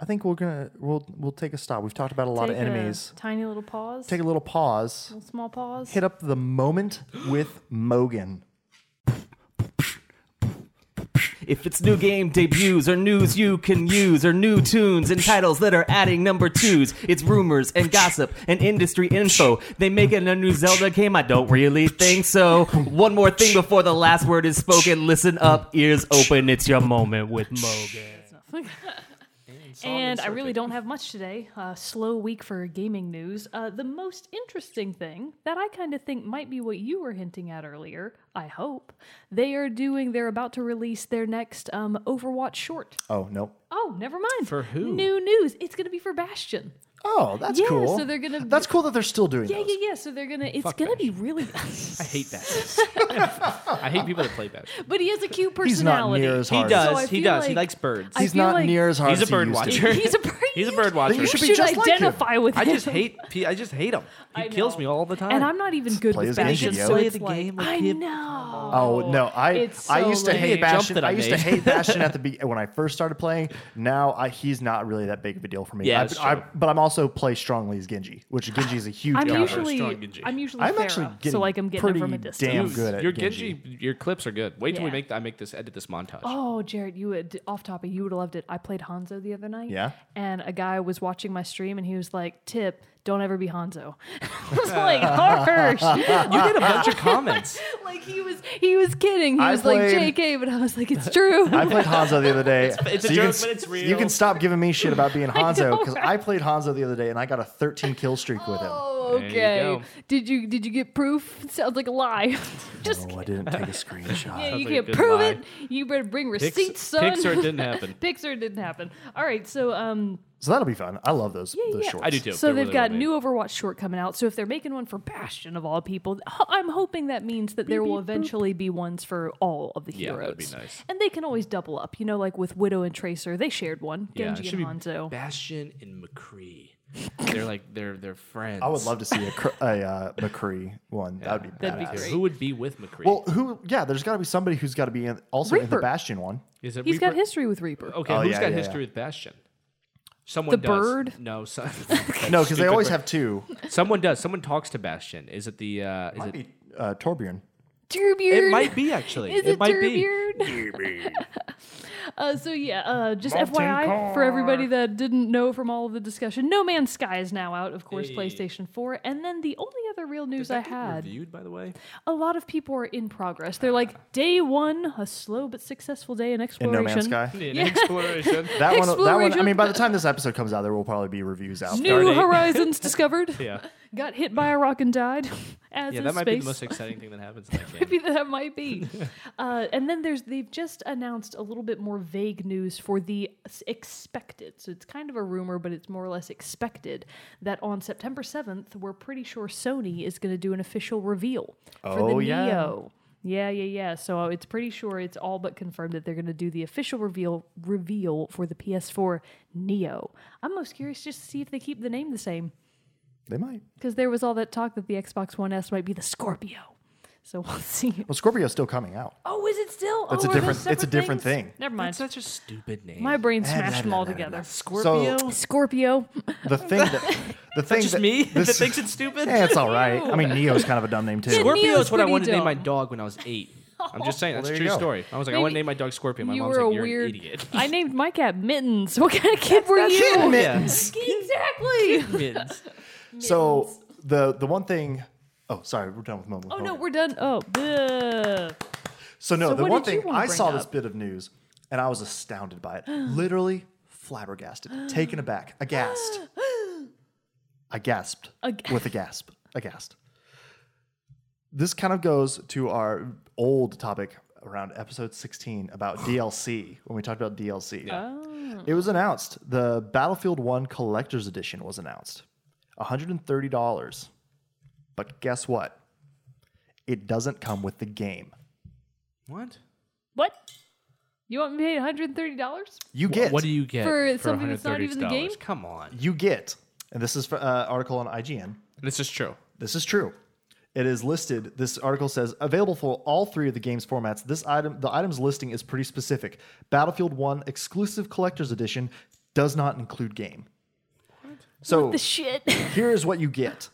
I think we're gonna we'll we'll take a stop. We've talked about a lot of Take a enemies. tiny little pause. Take a little pause. little small pause. Hit up the moment with Mogan. If it's new game debuts or news you can use or new tunes and titles that are adding number twos, it's rumors and gossip and industry info. They make it a new Zelda game? I don't really think so. One more thing before the last word is spoken. Listen up, ears open. It's your moment with Mogan. and I really don't have much today. Uh, slow week for gaming news. Uh, the most interesting thing that I kind of think might be what you were hinting at earlier. I hope they are doing. They're about to release their next um, Overwatch short. Oh no. Oh, never mind. For who? New news. It's going to be for Bastion. Oh, that's Yeah, cool. so they're gonna- That's cool that they're still doing Yeah, those. yeah, yeah. So they're gonna. It's gonna be really. I hate that. I hate people that play that. but he has a cute He's not personality. near as He hard. does. I feel he does. he like- likes birds. I He's feel not like- near as hard. He's a as he bird used to be. watcher. He's a bird. He's a bird Then watcher. you should You be should just like him. identify with him. I just hate. P- I just hate him. He I kills know. me all the time. And I'm not even good play his with game, Bastion, yo. so Play it's the like, game I like him. know. Oh no, I It's I so used to lame. hate Maybe a jump Bastion. that I, I used to made. hate Bastion at the be- when I first started playing. Now I, he's not really that big of a deal for me. Yeah, I- that's I- true. but I'm also play strongly as Genji, which Genji is a huge. I'm counter. usually strong Genji. I'm usually I'm Pharah, actually so getting like I'm getting pretty him from a distance. damn good at your Genji. Your clips are good. Wait till we Yeah. make. I make this. Edit this montage. Oh, Jared, you would off topic. You would have loved it. I played Hanzo the other night. Yeah? And a guy was watching my stream, and he was like, "Tip, don't ever be Hanzo." I was like, harsh. You did a bunch of comments. like he was he was kidding. He I was played- like JK, but I was like, it's true. I played Hanzo the other day. it's a you joke, can, but it's You real. can stop giving me shit about being Hanzo know, because I played Hanzo the other day and I got a 13 kill streak with him. Oh, There you okay. go. Did you did you get proof? Sounds like a lie. Just Oh, I didn't take a screenshot. Yeah, Sounds you like a can't good prove lie. it. You better bring Pix- receipts, son. Pixar didn't happen. Pixar didn't happen. All right, so um, So that'll be fun. I love those, those yeah. shorts. I do too. so They're they've really got well made. new Overwatch short coming out. So if they're making one for Bastion of all people, ho- I'm hoping that means that there will eventually be ones for all of the Yeah, heroes. that'd be nice. And they can always double up, you know, like with Widow and Tracer, they shared one. Yeah, it Genji should be and Hanzo. Bastion and McCree. They're like they're they're friends. I would love to see a, cr- a uh, McCree one. that would be That'd be badass. great. Who would be with McCree? Well, who? Yeah, there's got to be somebody who's got to be in, also in the Reaper. Bastion one. Is it He's got Reaper? history with Reaper. Okay, Oh, who's yeah, got yeah, history yeah. with Bastion? Someone The does. bird? No, so, No, because they always have two. someone does. Someone talks to Bastion. Is it the? Uh, is it? Maybe, Uh, Torbjorn. Turbeard. It might be actually. Is it, might be. Turbeard? uh, so yeah, uh, just FYI for everybody that didn't know from all of the discussion, No Man's Sky is now out, of course, PlayStation 4. And then the only other real news Is that I getting had, reviewed by the way. a lot of people are in progress. They're like day one, a slow but successful day in in exploration. No Man's Sky. In exploration. That one, that one. I Exploration. mean, by the time this episode comes out, there will probably be reviews out. New Stardate. horizons discovered. Yeah, Got hit by a rock and died. As yeah. in That might space. be the most exciting thing that happens in that game. Maybe that might be. uh, and then there's they've just announced a little bit more vague news for the s- expected. So it's kind of a rumor, but it's more or less expected that on September 7th, we're pretty sure Sony is going to do an official reveal for Oh, the yeah. Neo. Yeah, yeah, yeah. So it's pretty sure it's all but confirmed that they're going to do the official reveal reveal for the PS4 Neo. I'm most curious just to see if they keep the name the same They might. because there was all that talk that the Xbox One S might be the Scorpio. So we'll see. Well, Scorpio's still coming out. Oh, is it still? That's oh, a are different- those it's a separate different things? thing. Never mind. That's such a stupid name. My brain blah, smashed them blah, all blah, blah, together. Scorpio. Scorpio. The thing that the thing just that, me that this- thinks it's stupid. Yeah, it's all right. I mean, Neo's kind of a dumb name too. Scorp- Scorpio is what I pretty wanted to name my dumb. dog when I was eight. I'm just saying that's there a you true go. story. I was like, I Maybe want to name my dog Scorpio. My you mom's were like, a you're weird an idiot. I named my cat Mittens. What kind of kid were you? Mittens. Exactly. Mittens. So the the one thing. Oh, sorry, we're done with moment. Oh no, we're done. Oh, bleh. So no, So the what one did you thing wanna I bring saw this up? bit of news and I was astounded by it. Literally flabbergasted, taken aback, aghast. I gasped Ag- with a gasp, aghast. This kind of goes to our old topic around episode 16 about DLC when we talked about DLC. It was announced. The Battlefield 1 collector's edition was announced. $130. But guess what? It doesn't come with the game. What? what? You want me to pay one hundred thirty dollars? You get What do you get For for something that's not $130? even the game? Come on. you get, and this is for uh, article on IGN. This is true. This is true. It is listed. This article says available for all three of the game's formats. This item, the item's listing is pretty specific. Battlefield One Exclusive Collector's Edition does not include game. So The shit. here is what you get: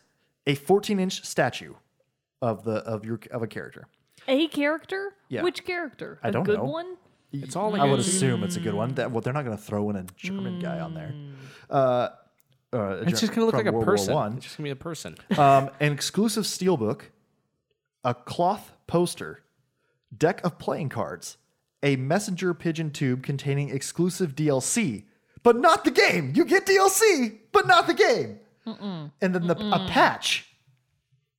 a 14-inch statue of the of your of a character. A character? Yeah. Which character? I A don't good know. one? It's all like I a- would assume it's a good one. That well, they're not going to throw in a German guy on there. Uh, uh, It's just gonna look from like a World War person. One. It's just gonna be a person. um, an exclusive steelbook, a cloth poster, deck of playing cards, a messenger pigeon tube containing exclusive DLC, but not the game. You get DLC, but not the game. And then the, a patch,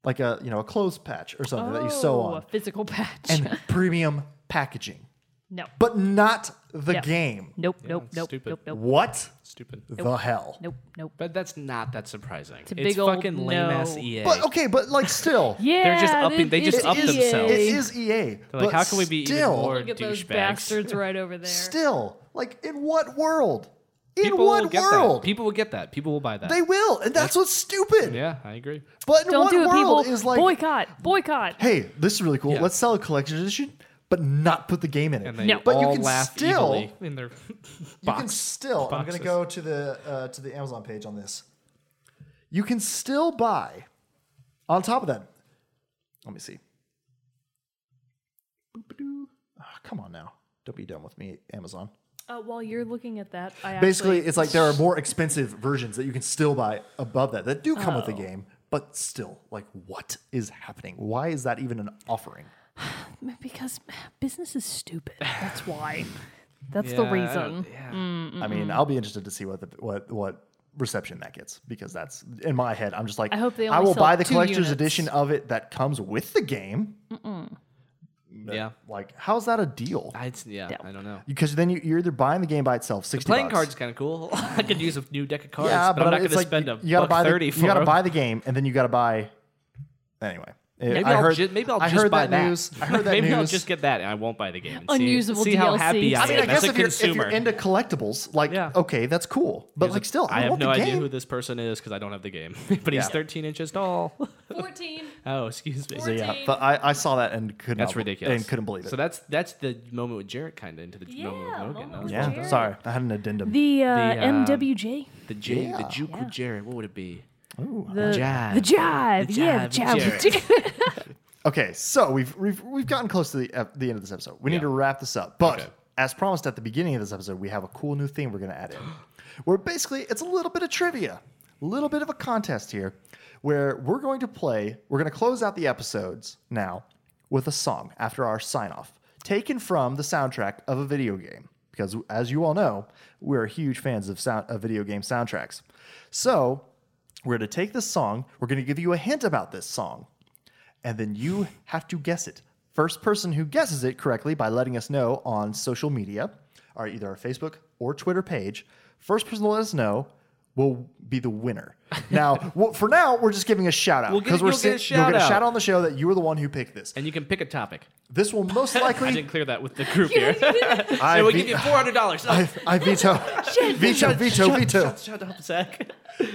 like a you know a clothes patch or something that you sew Oh, a on, physical patch. and premium packaging, no. but not the Yeah. game. Nope, nope, it's nope, stupid. nope, nope, What Stupid. the hell? nope, nope. But that's not that surprising. It's, a big old fucking lame ass E no. EA. But okay, but like still. Yeah, just upping- they it just is upped EA. themselves. It is EA. like, but how can we be even still, more Look at those douchebags? bastards right over there. Still, like in what world? In People will what get world? That. People will get that. People will buy that. they will, and that's what's stupid. yeah, I agree. But in Don't what do it, people. world is like, boycott, boycott. hey, this is really cool. Yeah. Let's sell a collector's edition, but not put the game in it. And they No. But all you can laugh still- evilly in their you can box. still. I'm gonna boxes. go to the uh, to the Amazon page on this. You can still buy. On top of that, let me see. Boop-a-doo. Ah, come on now, don't be done with me, Amazon. Uh, while you're looking at that, I Basically, actually, it's like there are more expensive versions that you can still buy above that that do come with the Oh. game, but still, like, what is happening? Why is that even an offering? because business is stupid. That's why. That's Yeah, the I don't- reason. Mm. yeah. I mean, I'll be interested to see what the, what what reception that gets because that's in my head. I'm just like, I hope they I only will sell buy the two collector's units. edition of it that comes with the game. Yeah. Like, how's that a deal? I, it's- yeah, I don't know. Because then you, you're either buying the game by itself, sixty Playing bucks. cards kind of cool. I could use a new deck of cards, yeah, but, I'm it's not going to like spend a you gotta buck buy the, thirty for You gotta them. buy the game, and then you gotta buy. Anyway, Maybe I I'll heard. ju- maybe I'll I just heard buy that, news. I heard that maybe news. I'll just get that and I won't buy the game. And see- Unusable see, how DLC. happy I, I I mean, am I as guess a if you're, if consumer. you're into collectibles, like Yeah. okay, that's cool. But like, still, I, I have want no the idea game. who this person is because I don't have the game. but he's Yeah. 13 inches tall. 14. oh, excuse me. So, yeah, but I, I saw that and could That's not, ridiculous. and couldn't believe it. So that's that's the moment with Jarrett kind of into the Yeah, moment with Logan. moment That was with yeah, awesome. Jared. sorry, I had an addendum. The, uh, The, um, MWJ. The J, the Yeah. juke Yeah. with Jarrett. What would it be? Ooh. The, jive. the jive. The yeah, the jive with jive. Jared. Okay, so we've we've we've gotten close to the ep- the end of this episode. We need Yeah. to wrap this up, but Okay. as promised at the beginning of this episode, we have a cool new thing we're going to add in. where basically it's a little bit of trivia, a little bit of a contest here, where we're going to play. We're going to close out the episodes now with a song after our sign off, taken from the soundtrack of a video game. Because as you all know, we're huge fans of sound of video game soundtracks. So we're going to take this song. We're going to give you a hint about this song and then you have to guess it. First person who guesses it correctly by letting us know on social media, or either our Facebook or Twitter page, first person to let us know will be the winner. Now, well, for now, we're just giving a shout out We'll get- we're you'll get a si- you'll get a shout-out. shout out on the show that you were the one who picked this. And you can pick a topic. This will most I likely didn't clear that with the group here. I, and we'll ve- give you four hundred dollars. I, I veto, veto, veto, veto. Shut up, Zach.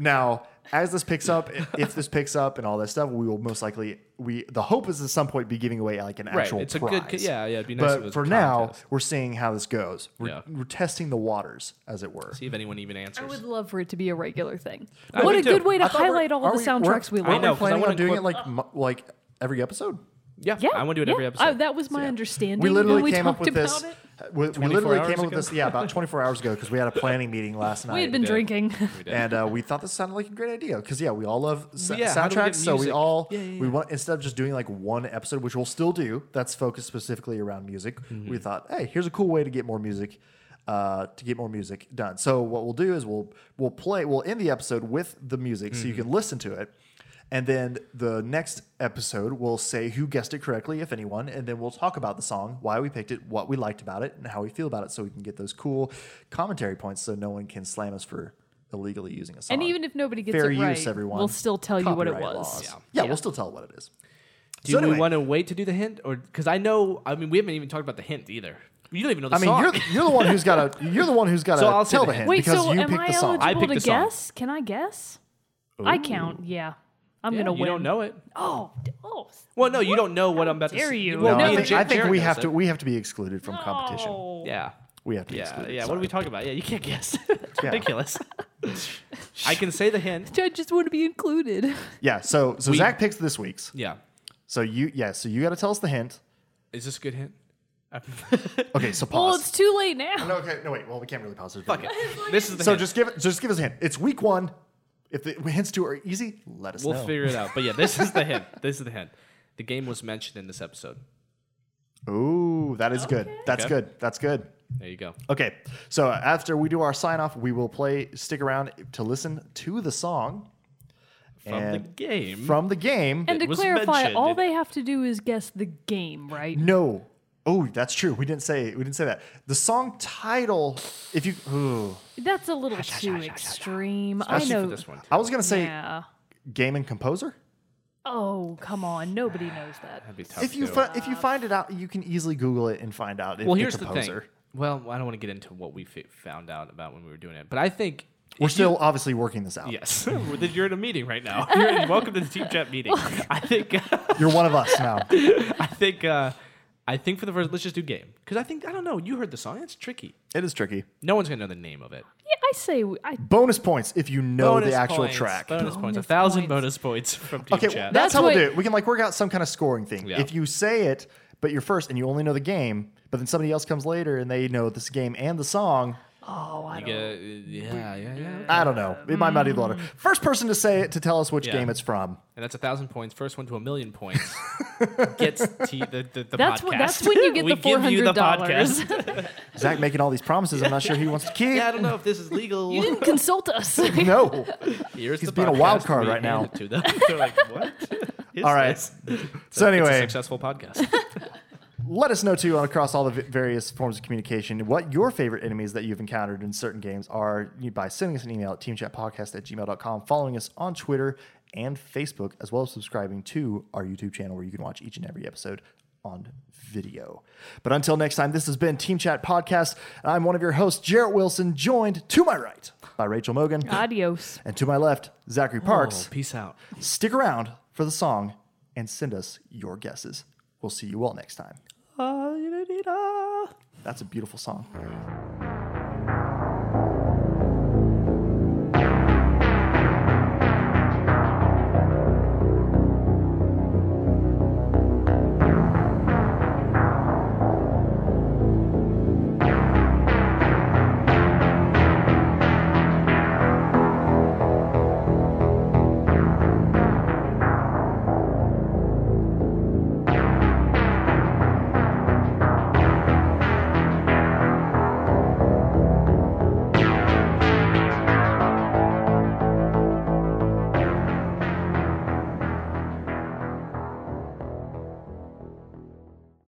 Now, as this picks up, i- if this picks up and all that stuff, we will most likely we the hope is at some point be giving away like an actual it's a prize. good- yeah, yeah, it'd be nice if it But was a for now, contest. we're seeing how this goes. We're, Yeah. we're testing the waters, as it were. See if anyone even answers. I would love for it to be a regular thing. I what would a good too. way to I thought we're- highlight all are of the we- soundtracks we we're- like. know, Are we 'cause I planning on wanna doing quit- it like mo- like every episode? yeah, I want to do it every yeah. episode. Oh, I- that was my understanding. We literally when we came talked up with about this. It. We, we literally 24 came hours up with this. ago? Yeah, about 24 hours ago because we had a planning meeting last night. We had been did. drinking. We did. and uh, we thought this sounded like a great idea because yeah, we all love s- Yeah, how do we soundtracks, get so we music? all Yeah, yeah, we want instead of just doing like one episode, which we'll still do, that's focused specifically around music. Mm-hmm. We thought, hey, here's a cool way to get more music, uh, to get more music done. So what we'll do is we'll we'll play we'll end the episode with the music so you Mm-hmm. can listen to it. And then the next episode, we'll say who guessed it correctly, if anyone, and then we'll talk about the song, why we picked it, what we liked about it, and how we feel about it, so we can get those cool commentary points, so no one can slam us for illegally using a song. And even if nobody gets Fair it use, right, everyone. we'll still tell you what it Copyright was. laws. Yeah. we'll still tell what it is. do so we anyway- want to wait to do the hint, or because I know? I mean, we haven't even talked about the hint either. You don't even know the I mean, song. you're, you're the one who's got to you're the one who's got to So I'll say tell the the hint hint. Wait, because so you am picked I the song. I eligible picked to the song. guess? Can I guess? I count. Yeah. I'm Yeah, gonna you win. don't know it. Oh, d- oh, Well, no, you don't know what I'm about to dare say. you. Well, no, me I and think, Ja- I think Jared we knows have it. to we have to be excluded from competition. no. Yeah. We have to be Yeah. excluded. Yeah. What are we talking about? Yeah, you can't guess. It's Yeah. ridiculous. I can say the hint. I just want to be included. Yeah. So so We- Zach picks this week's. Yeah. So you yeah. So you got to tell us the hint. Is this a good hint? Okay. So pause. well, it's too late now. No, okay. No, wait. Well, we can't really pause it. Fuck it. This is the So hint. just give it. Just give us a hint. It's week one. If the hints two are easy, let us we'll know. figure it out. But yeah, this is the hint. This is the hint. The game was mentioned in this episode. Ooh, that is good. That's Okay. good. That's good. There you go. Okay. So after we do our sign off, we will play. Stick around to listen to the song From the And game. from the game. And to was clarify, mentioned. all they have to do is guess the game, right? no. Oh, that's true. We didn't say we didn't say that. The song title. If you, ooh, That's a little too extreme. I Especially know. for this one. I was gonna say Yeah. game and composer. Oh, come on. Nobody knows that. That'd be tough. If you too. fi- if you find it out, you can easily Google it and find out. If well, the here's the, composer. thing. Well, I don't want to get into what we fi- found out about when we were doing it, but I think We're if you- still obviously working this out. yes. You're in a meeting right now. You're in, welcome to the team chat meeting. I think. You're one of us now. I think. Uh, I think for the first, let's just do game because I think I don't know. You heard the song. It's tricky. It is tricky. No one's gonna know the name of it. Yeah, I say we- I Bonus points if you know bonus the actual points, track. Bonus, points. A Bonus thousand points. bonus points from team Okay, chat. that's, That's how we'll what- do it. We can like work out some kind of scoring thing. Yeah. If you say it, but you're first and you only know the game, but then somebody else comes later and they know this game and the song. oh, I don't. You get- yeah, yeah, yeah. I don't know. It might not be the order. First person to say it to tell us which Yeah. game it's from. And that's a thousand points. First one to a million points gets t- the, the, the That's podcast. wh- that's when you get we the give you the $400. podcast. Zach making all these promises. I'm not sure he wants to keep. yeah, I don't know if this is legal. You didn't consult us. No. Here's He's the being a wild podcast card we right now. handed To them. They're like, what? is All right. this?" So It's a anyway, successful podcast. let us know too on across all the v- various forms of communication what your favorite enemies that you've encountered in certain games are you- by sending us an email at teamchatpodcast at gmail.com following us on twitter and facebook as well as subscribing to our youtube channel where you can watch each and every episode on video but until next time this has been team chat podcast and i'm one of your hosts jarrett wilson joined to my right by rachel mogan Adios. and to my left zachary parks Oh, peace out. stick around for the song and send us your guesses we'll see you all next time that's a beautiful song.